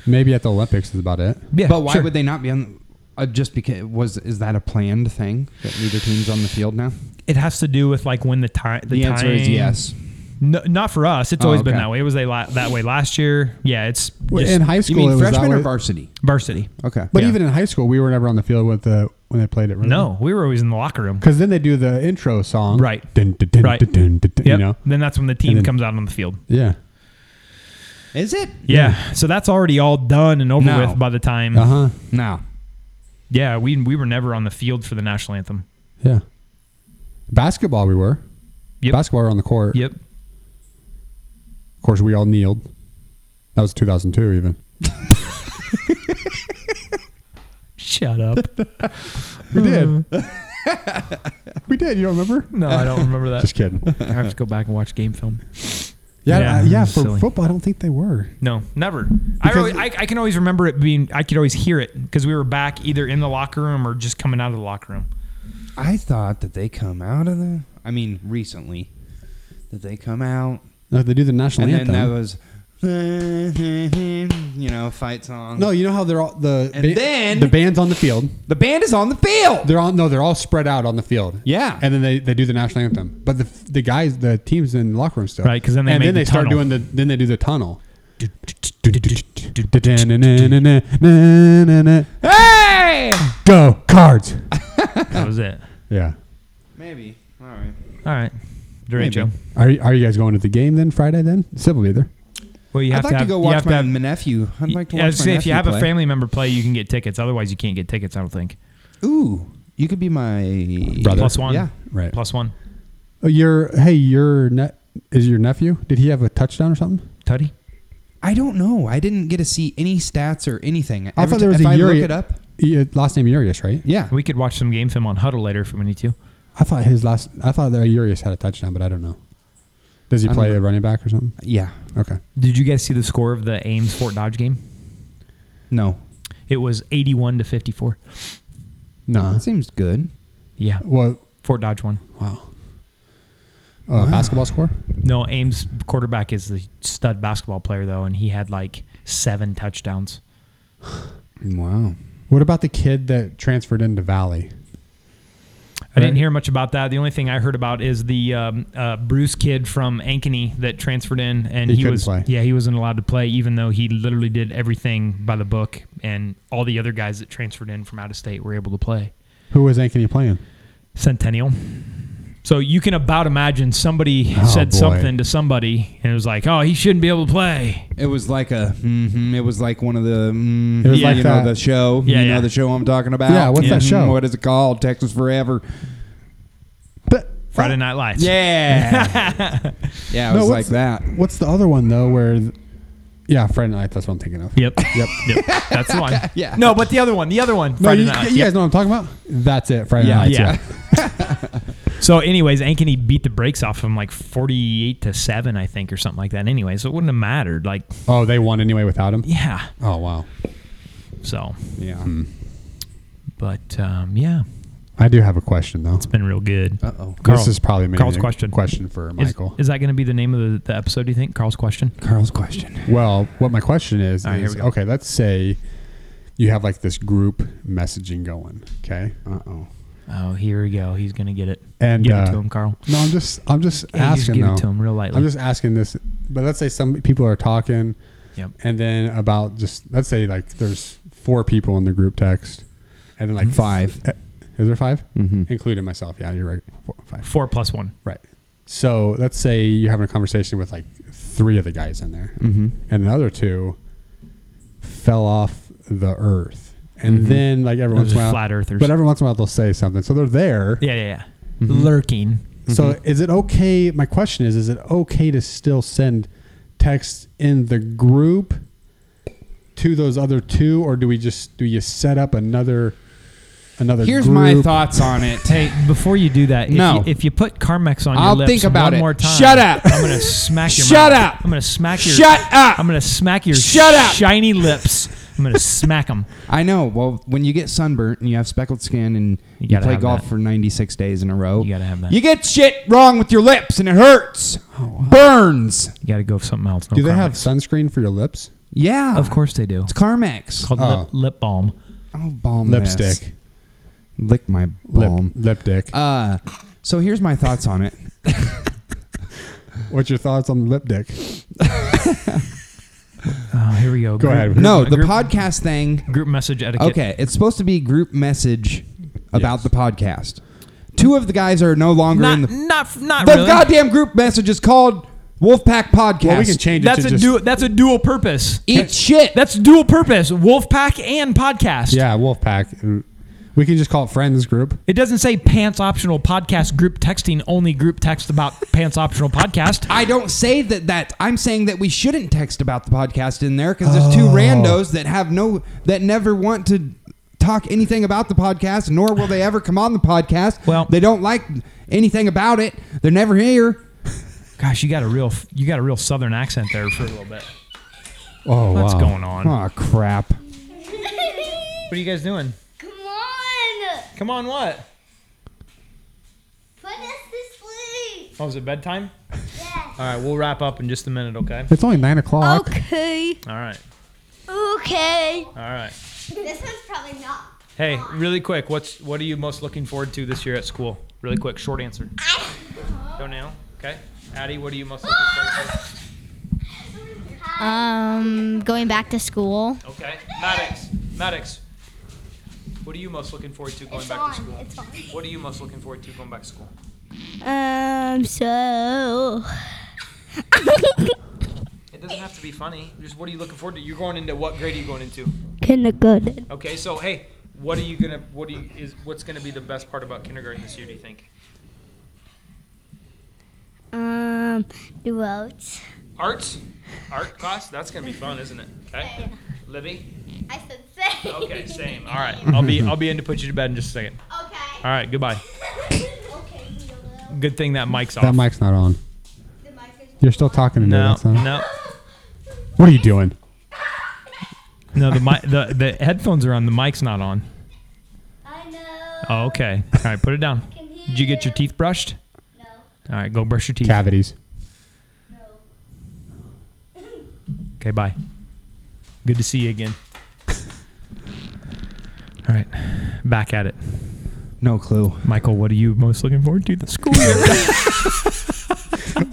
D: Maybe at the Olympics is about it.
F: Yeah,
G: but why
F: sure.
G: would they not be on? Uh, just because was is that a planned thing that neither team's on the field now?
F: It has to do with like when the time. The,
G: answer is
F: time-
G: yes.
F: No, not for us. It's
G: Oh,
F: always been
G: okay.
F: that way. It was they la- that way last year. Yeah, it's
D: Well,
F: just
D: in high
G: You
D: school, it
G: mean
D: was that
G: freshman or
D: way-
G: varsity?
F: varsity.
G: Okay.
D: But
F: Yeah.
D: even in high school, we were never on the field with the when they played it. Really.
F: No, we were always in the locker room.
D: because then they do the intro song,
F: Right.
D: Dun, dun, dun,
F: Right.
D: dun, dun, dun,
F: Yep.
D: dun, You know,
F: Then that's when the team
D: And then-
F: comes out on the field.
D: yeah.
G: Is it?
F: Yeah. So that's already all done and over
G: No.
F: with by the time.
D: Uh huh.
G: No.
F: Yeah, we we were never on the field for the national anthem.
D: Yeah. Basketball, we were.
F: Yep.
D: Basketball, we were on the court.
F: Yep.
D: Of course, we all kneeled. That was 2002, even.
F: Shut up.
D: We did.
F: Hmm.
D: we did. You don't remember?
F: No, I don't remember that.
D: Just kidding.
F: I have to go back and watch game film. Yeah,
D: Yeah, yeah. yeah
F: that's
D: for
F: silly.
D: football, I don't think they were.
F: No, never. I,
D: Because-
F: always, I I can always remember it being. I could always hear it because we were back either in the locker room or just coming out of the locker room.
G: I thought that they come out of the. I mean, recently, that they come out
D: No, Uh, they do the national
G: and then
D: anthem.
G: that was, you know, fight song.
D: no, you know how they're all the
G: And then-
D: the band's on the field.
G: the band is on the field.
D: They're all no, they're all spread out on the field.
G: Yeah.
D: and then they, they do the national anthem. But the the guys, the teams in the locker room still
F: Right, 'cause then they
D: and
F: make
D: then
F: the
D: they start
F: tunnel.
D: doing the then they do the tunnel.
G: Hey,
D: Go cards. Oh.
F: That was it.
D: Yeah.
G: maybe. All right.
F: All right, Derecho.
D: Are you, are you guys going to the game then Friday then? Sib will be there.
F: Well, you
G: I'd
F: have
G: like
F: to
G: to,
F: have,
G: go
F: you
G: watch
F: have to
G: my,
F: have-
G: my nephew. I'd like to
F: Yeah, I
G: watch
F: was
G: my
F: gonna say, if
G: nephew
F: you have
G: play.
F: a family member play, you can get tickets. Otherwise, you can't get tickets. I don't think.
G: Ooh, you could be my
D: Brother.
F: Plus one.
G: Yeah.
D: Right.
F: Plus one.
D: Oh, your hey, your net is your nephew? Did he have a touchdown or something?
F: Tutty.
G: I don't know. I didn't get to see any stats or anything.
D: I
G: Every
D: thought there was
G: ti- if
D: a
G: I
D: Uri-
G: look it up.
D: Yeah, uh, last name Urias, right?
G: Yeah.
F: We could watch some game film on Huddle later if we need to.
D: I thought his last. I thought that Urias had a touchdown, but I don't know. Does
G: I
D: he
G: don't
D: play
G: know.
D: a running back or something?
G: Yeah.
D: Okay.
F: Did you guys see the score of the Ames Fort Dodge game?
G: No.
F: It was eighty-one to fifty-four.
D: No.
G: That seems good.
F: Yeah,
D: What?
F: Fort Dodge won.
D: Wow. Uh, Basketball score?
F: No, Ames quarterback is the stud basketball player though, and he had like seven touchdowns.
G: Wow.
D: What about the kid that transferred into Valley?
F: I didn't
D: Right.
F: hear much about that. The only thing I heard about is the um, uh, Bruce kid from Ankeny that transferred in, and
D: He
F: he,
D: couldn't
F: was
D: play.
F: yeah he wasn't allowed to play, even though he literally did everything by the book, and all the other guys that transferred in from out of state were able to play.
D: Who was Ankeny playing?
F: Centennial. So you can about imagine somebody
D: Oh,
F: said
D: boy.
F: something to somebody and it was like, "Oh, he shouldn't be able to play."
G: It was like a. mhm, it was like one of the. mhm,
D: It was
G: you
D: like
G: know
D: that-
G: the show.
F: Yeah,
G: you
F: yeah.
G: know the show I'm talking about.
D: Yeah, what's that
G: Mhm,
D: show?
G: What is it called? Texas Forever.
D: But
F: Friday Night Lights.
G: Yeah. yeah, it
D: No,
G: was like
D: what's-
G: that.
D: What's the other one though? Where? th- yeah, Friday night. That's what I'm thinking of.
F: Yep.
D: Yep.
F: Yep. That's the one.
G: Yeah.
F: No, but the other one. The other one.
D: No,
F: Friday
D: you,
F: Night Lights.
D: you
F: Yep.
D: guys know what I'm talking about. That's it. Friday
G: Yeah.
D: night.
F: Yeah. so, anyways, Ankeny beat the brakes off him like forty-eight to seven, I think, or something like that. Anyway, so it wouldn't have mattered. Like,
D: Oh, they won anyway without him.
F: yeah,
D: Oh wow. Hmm.
F: So,
G: Yeah.
F: but um, yeah,
D: I do have a question though.
F: it's been real good.
G: Uh oh.
F: Carl-
D: this is probably maybe
F: Carl's
D: a
F: question.
D: question for
F: Is-
D: Michael.
F: Is, that going to be the name of the, the episode? Do you think Carl's question?
G: Carl's question.
D: Well, what my question is,
F: All right, here
D: is
F: we go.
D: okay, let's say you have like this group messaging going, okay?
G: Uh oh.
F: Oh, here we go. He's going to get it.
D: And,
F: give it
D: uh,
F: to him, Carl.
D: No, I'm just I'm just
F: Yeah, you just
D: asking
F: give it
D: though.
F: to 'em real lightly.
D: I'm just asking this, but let's say some people are talking
F: Yep.
D: and then about just let's say like there's four people in the group text and
F: Mm-hmm.
D: then like
G: Five.
D: eh, Is there 5? Including myself. Yeah, you're right. Four, five.
F: Four plus one.
D: Right. So let's say you're having a conversation with like three of the guys in there,
F: Mm-hmm.
D: and the other two fell off the earth. And then, like every
F: Those
D: once in
F: are
D: a while,
F: Mm-hmm. flat earthers.
D: But every once in a while, they'll say something. So they're there.
F: Yeah, Mm-hmm. yeah,
D: Mm-hmm.
F: yeah. Lurking.
D: So is it okay? My question is: Is it okay to still send texts in the group to those other two, or do we just do you set up another another?
H: Here's my
D: group?
H: thoughts on it.
F: Hey, before you do that, if,
H: No.
F: you, if you put Carmex on
H: I'll
F: your lips
H: think about
F: one
H: it.
F: more time,
H: Shut up.
F: I'm gonna smack your.
H: Shut
F: mouth.
H: up.
F: I'm gonna smack your.
H: Shut up.
F: I'm gonna smack your.
H: Shut up.
F: Shiny lips. I'm gonna smack them.
G: I know. Well, when you get sunburnt and you have speckled skin and
F: You
G: you,
F: gotta
G: play
F: have
G: golf
F: that.
G: for 96 days in a row,
F: You gotta have that. Oh,
H: You get shit wrong with your lips and it hurts. Burns.
F: You gotta go with something else. No
D: Do they have
F: Carmex.
D: sunscreen for your lips?
G: yeah.
F: Of course they do.
G: It's Carmex.
F: called
D: Oh.
F: lip, lip balm.
G: oh, balm this.
D: Lipstick.
G: Lick my
D: Lip,
G: balm.
D: lip dick.
G: Uh, so here's my thoughts on it.
D: What's your thoughts on lip dick?
F: Oh, here we go.
D: Go
F: Group-
D: ahead.
F: group-
G: No, the
F: group-
G: podcast thing.
F: Group message etiquette.
G: Okay, it's supposed to be group message about the podcast. Two of the guys are no longer
F: Not,
G: in the
F: not, not
G: The
F: really.
G: goddamn group message is called Wolfpack Podcast.
D: Well, we can change
F: That's a
D: it to just,
F: dual. That's a dual purpose.
G: Eat shit.
F: That's dual purpose. Wolfpack and podcast.
D: yeah, Wolfpack. We can just call it friends group.
F: It doesn't say pants optional podcast group texting only group text about pants optional podcast.
G: I don't say that that I'm saying that we shouldn't text about the podcast in there because there's
F: Oh.
G: two randos that have no that never want to talk anything about the podcast, nor will they ever come on the podcast.
F: Well-
G: they don't like anything about it. They're never here.
F: Gosh, you got a real you got a real southern accent there for a little bit.
D: Oh,
F: What's going on?
G: Oh crap!
F: What are you guys doing?
I: Come on!
F: Come on, what?
I: Put us to sleep!
F: Oh, is it bedtime?
I: Yes.
F: All right, we'll wrap up in just a minute, okay?
D: It's only nine o'clock.
I: Okay.
F: All right,
I: Okay.
F: all right.
I: This one's probably not.
F: Hey, really quick, what's what are you most looking forward to this year at school? Really quick, short answer. Go now, okay? Addie, what are you most looking forward
J: Um, going back to school.
F: to? Okay, Maddox, Maddox, what are you most looking forward to going
I: It's
F: back
I: on.
F: to school?
I: It's on.
F: What are you most looking forward to going back to school?
I: Um, so.
F: It doesn't have to be funny. Just what are you looking forward to? You're going into what grade are you going into?
I: Kindergarten.
F: Okay, so hey, what are you gonna? What do you is? What's gonna be the best part about kindergarten this year? Do you think?
I: Um, do roads.
F: Arts, art class. That's gonna be fun, isn't it? Okay. Libby.
I: I said say.
F: Okay, same. All right, I'll be I'll be in to put you to bed in just a second. All
I: Okay.
F: right, goodbye.
I: okay, Lilo.
F: Good thing that mic's off.
D: That mic's not on.
I: The mic is-
D: You're still talking to me.
F: no,
D: that's not-
F: no,
D: What are you doing?
F: no. The mic, the the headphones are on. The mic's not on.
I: I know.
F: Oh, okay. All right, put it down. Did you get your teeth brushed?
I: No.
F: All right, go brush your teeth.
D: Cavities.
I: No.
F: Okay, bye. Good to see you again. All right, back at it.
G: No clue.
F: Michael, what are you most looking forward to this school year?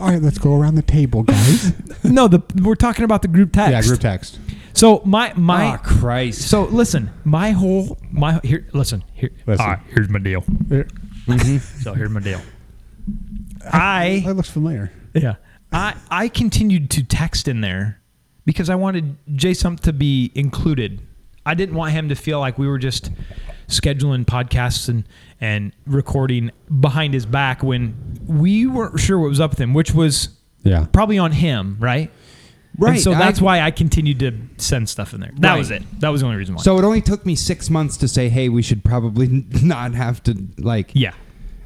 D: All right, let's go around the table, guys.
F: no, the we're talking about the group text.
D: yeah, group text.
F: So my my
G: Ah Christ!
F: so listen, my whole my here listen here.
D: Listen.
F: All right, here's my deal.
D: That
F: So here's my deal. I
D: looks familiar.
F: Yeah. I, I continued to text in there because I wanted Jay Sump to be included. I didn't want him to feel like we were just scheduling podcasts and, and recording behind his back when we weren't sure what was up with him, which was
D: Yeah.
F: probably on him, right?
G: Right,
F: And so
G: I-
F: that's why I continued to send stuff in there. That
G: Right.
F: was it. That was the only reason why.
G: So it only took me six months to say, hey, we should probably not have to like.
F: yeah.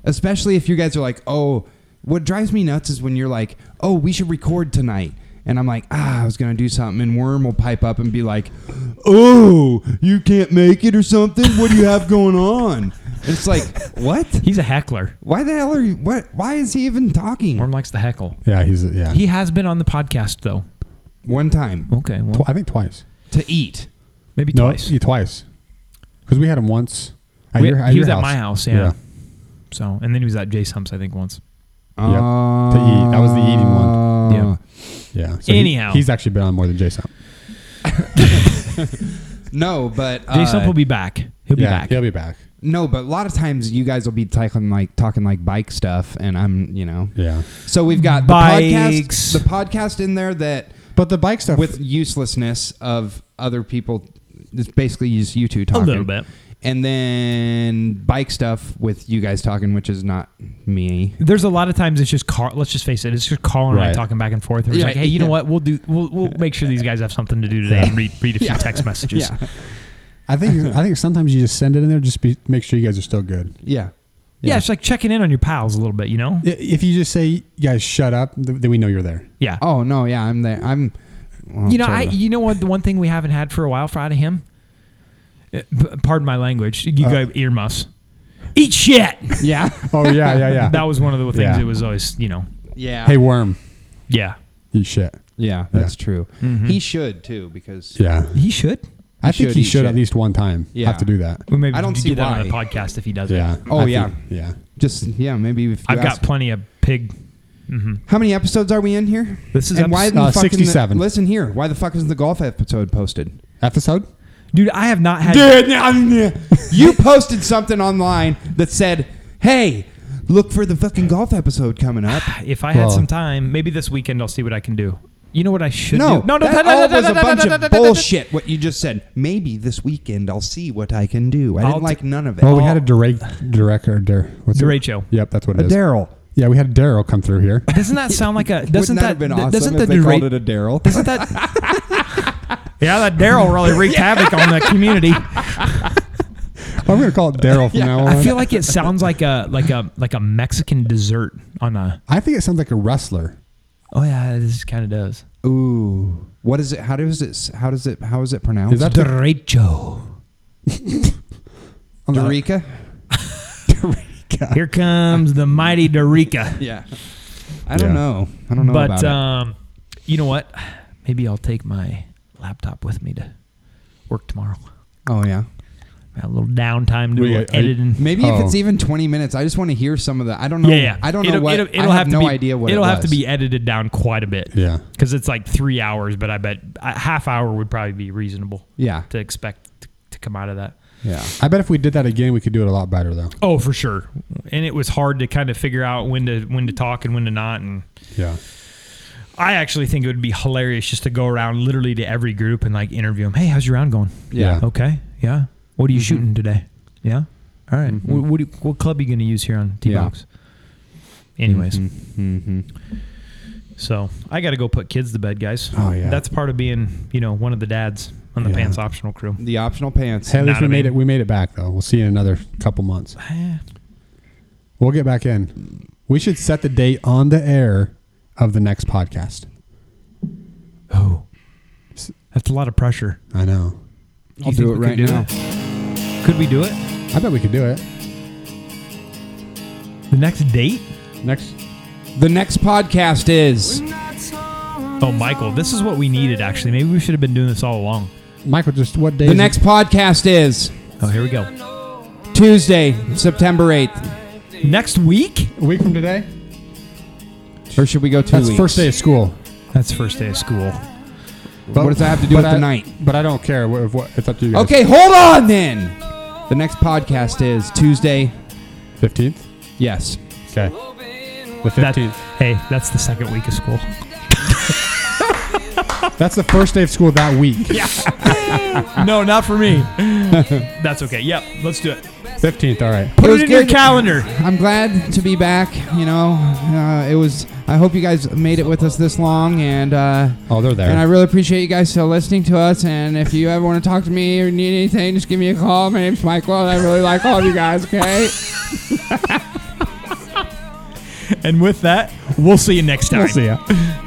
G: Especially if you guys are like, oh, what drives me nuts is when you're like, oh, we should record tonight. and I'm like, ah, I was gonna do something, and Worm will pipe up and be like, oh, you can't make it or something. What do you have going on? And it's like, what?
F: He's a heckler.
G: Why the hell are you? What? Why is he even talking?
F: Worm likes to heckle.
D: Yeah, he's yeah.
F: He has been on the podcast though.
G: One time
F: Okay, well,
D: Tw- I think twice.
G: to eat.
F: maybe
D: No,
F: twice.
D: yeah, twice. Because we had him once. At
F: We-
D: your-
F: he
D: your
F: was at my house, yeah. So, and then he was at Jay Hump's, I think, once.
G: Uh,
D: To eat. That was the eating one.
F: Yeah.
D: Yeah. So he-
F: Anyhow.
D: he's actually been on more than Jason.
G: No, but
F: Jay
G: uh,
F: Hump Oh. will be back. He'll be
D: yeah,
F: back.
D: he'll be back.
G: No, but a lot of times you guys will be talking like talking like bike stuff, and I'm you know.
D: Yeah.
G: So we've got the
F: Bikes.
G: podcast, the podcast in there that
D: But the bike stuff
G: with uselessness of other people. It's basically just you two talking
F: little bit.
G: and then bike stuff with you guys talking, which is not me.
F: There's a lot of times it's just Carl. Let's just face it. It's just Carl and I
D: Right.
F: talking back and forth. It's
G: Yeah,
F: like, hey, you know
G: yeah.
F: what? We'll do. We'll, we'll make sure these guys have something to do today and read read a few text messages.
G: Yeah,
D: I think I think sometimes you just send it in there just be, make sure you guys are still good.
G: yeah.
F: Yeah, it's like checking in on your pals a little bit, you know?
D: I- If you just say guys shut up, th- then we know you're there.
F: Yeah.
G: Oh no, yeah, I'm there. I'm. well,
F: you know, I,
G: sorta.
F: you know what? The one thing we haven't had for a while for out of him. Uh, p- Pardon my language. You go earmuffs. Eat shit.
G: yeah,
D: Oh yeah, yeah, yeah.
F: That was one of the things
D: Yeah.
F: that was always, you know,
G: yeah,
D: hey worm,
F: yeah.
D: you shit.
G: yeah. That's true.
F: Mm-hmm.
G: He should too because
D: Yeah.
F: He should.
D: I think
G: should,
D: he
G: he
D: should at
G: should.
D: least one time
G: Yeah.
D: have to do that.
F: We maybe
G: I
F: I
G: don't
F: don't
G: see
F: do that on the
G: why.
F: podcast if he does
D: Yeah.
F: it.
G: Oh,
D: I think-
G: yeah.
D: yeah.
G: just yeah, maybe if you
F: I've
G: ask-
F: got plenty of pig.
G: How many episodes are we in here?
F: This is
G: and why
F: episode-
G: the
D: uh,
G: fuck isn't the-
D: 67.
G: listen here. Why the fuck isn't the golf episode posted?
D: Episode?
F: Dude, I have not had.
G: you posted something online that said, "Hey, look for the fucking golf episode coming up."
F: If I had
D: Well-
F: some time, maybe this weekend I'll see what I can do. You know what I should
G: No,
F: do? No, no,
G: that
F: no, no,
G: all
F: no,
G: was
F: no,
G: a
F: no,
G: bunch
F: no,
G: of
F: no, no, no, no.
G: bullshit. What you just said. Maybe this weekend I'll see what I can do. I
F: I'll
G: didn't
F: t-
G: like none of it.
D: Well, we had a direct director. Der, what's it?
F: Derecho.
D: Yep, that's what
G: Oh. a
D: it is.
G: Daryl.
D: Yeah, we had Daryl come through here.
F: Doesn't that sound like a?
G: Wouldn't
F: Doesn't
G: that,
F: that?
G: have been
F: th-
G: awesome
F: doesn't
G: if
F: the
G: they
F: dera-
G: called it a Daryl?
F: Isn't that? yeah, that Daryl really wreaked havoc on the community.
D: I'm gonna call it Daryl from now on.
F: I feel like it sounds like a like a like a Mexican dessert on a.
D: I think it sounds like a wrestler.
F: Oh yeah, this kind of does.
G: Ooh, what is it? How does it? s- How does it? How is it pronounced?
D: Is that the
F: Derecho.
G: Dorica?
F: Here comes the mighty Dorica.
G: Yeah. I don't
D: Yeah.
G: know. I don't know
F: But
G: about it.
F: um, you know what? Maybe I'll take my laptop with me to work tomorrow.
G: Oh yeah.
F: Got a little downtime to
D: Wait,
F: do
D: are you-
F: editing.
G: Maybe if
D: Oh.
G: it's even 20 minutes, I just want to hear some of the. I don't know.
F: yeah, yeah.
G: I don't know
F: It'll-
G: what.
F: It'll,
G: I
F: it'll
G: have,
F: to
G: no
F: be-
G: idea what
F: it'll
G: it
F: have to
G: was.
F: be edited down quite a bit.
D: Yeah.
F: because it's like three hours, but I bet a half hour would probably be reasonable
G: Yeah.
F: to expect to, to come out of that.
G: Yeah.
D: I bet if we did that again, we could do it a lot better though.
F: Oh, for sure. And it was hard to kind of figure out when to when to talk and when to not. And
D: Yeah.
F: I actually think it would be hilarious just to go around literally to every group and like interview them. Hey, how's your round going?
G: Yeah.
F: Okay. Yeah. What are you shooting today? Yeah. All right. What, what, do you, what club are you going to use here on T box? Anyways,
G: Mm-hmm.
F: so I got to go put kids to bed, guys.
D: Oh, yeah.
F: That's part of being, you know, one of the dads on the
D: Yeah.
F: pants optional crew.
G: The optional pants.
D: Hey, at least
F: Not
D: we
F: a
D: made
F: man.
D: it. We made it back though. We'll see you in another couple months. We'll get back in. We should set the date on the air of the next podcast.
F: Oh, that's a lot of pressure.
D: I know.
G: I'll
F: think
G: do it
F: we
G: right
F: could do
G: now.
F: Could we do it?
D: I bet we could do it.
F: The next date?
D: Next.
G: The next podcast is.
F: Oh, Michael, this is what we needed, actually. Maybe we should have been doing this all along.
D: Michael, just what day?
G: The
D: is it?
G: next podcast is
F: Oh, here we go.
G: Tuesday, September 8th.
F: Next week?
D: week from today.
G: Or should we go two
D: That's
G: weeks?
D: first day of school.
F: That's first day of school.
D: But,
G: does that have to do
D: but
G: with
D: I-
G: the night?
D: But I don't care. What, what, it's up to you guys.
G: Okay, hold on then. The next podcast is Tuesday.
D: Fifteenth.
G: Yes.
D: Okay. The
F: That-
D: fifteenth.
F: hey, that's the second week of school.
D: That's the first day of school that week.
F: no, not for me. that's okay. Yep, let's do it.
D: Fifteenth. All right.
F: Put
G: It
F: it,
G: was
F: in your
G: good.
F: calendar.
G: I'm glad to be back. You know, uh, it was. I hope you guys made it with us this long, and uh,
D: Oh, they're there.
G: and I really appreciate you guys still listening to us. And if you ever want to talk to me or need anything, just give me a call. My name's Michael, and I really like all of you guys. Okay,
F: And with that, we'll see you next time.
D: We'll see ya.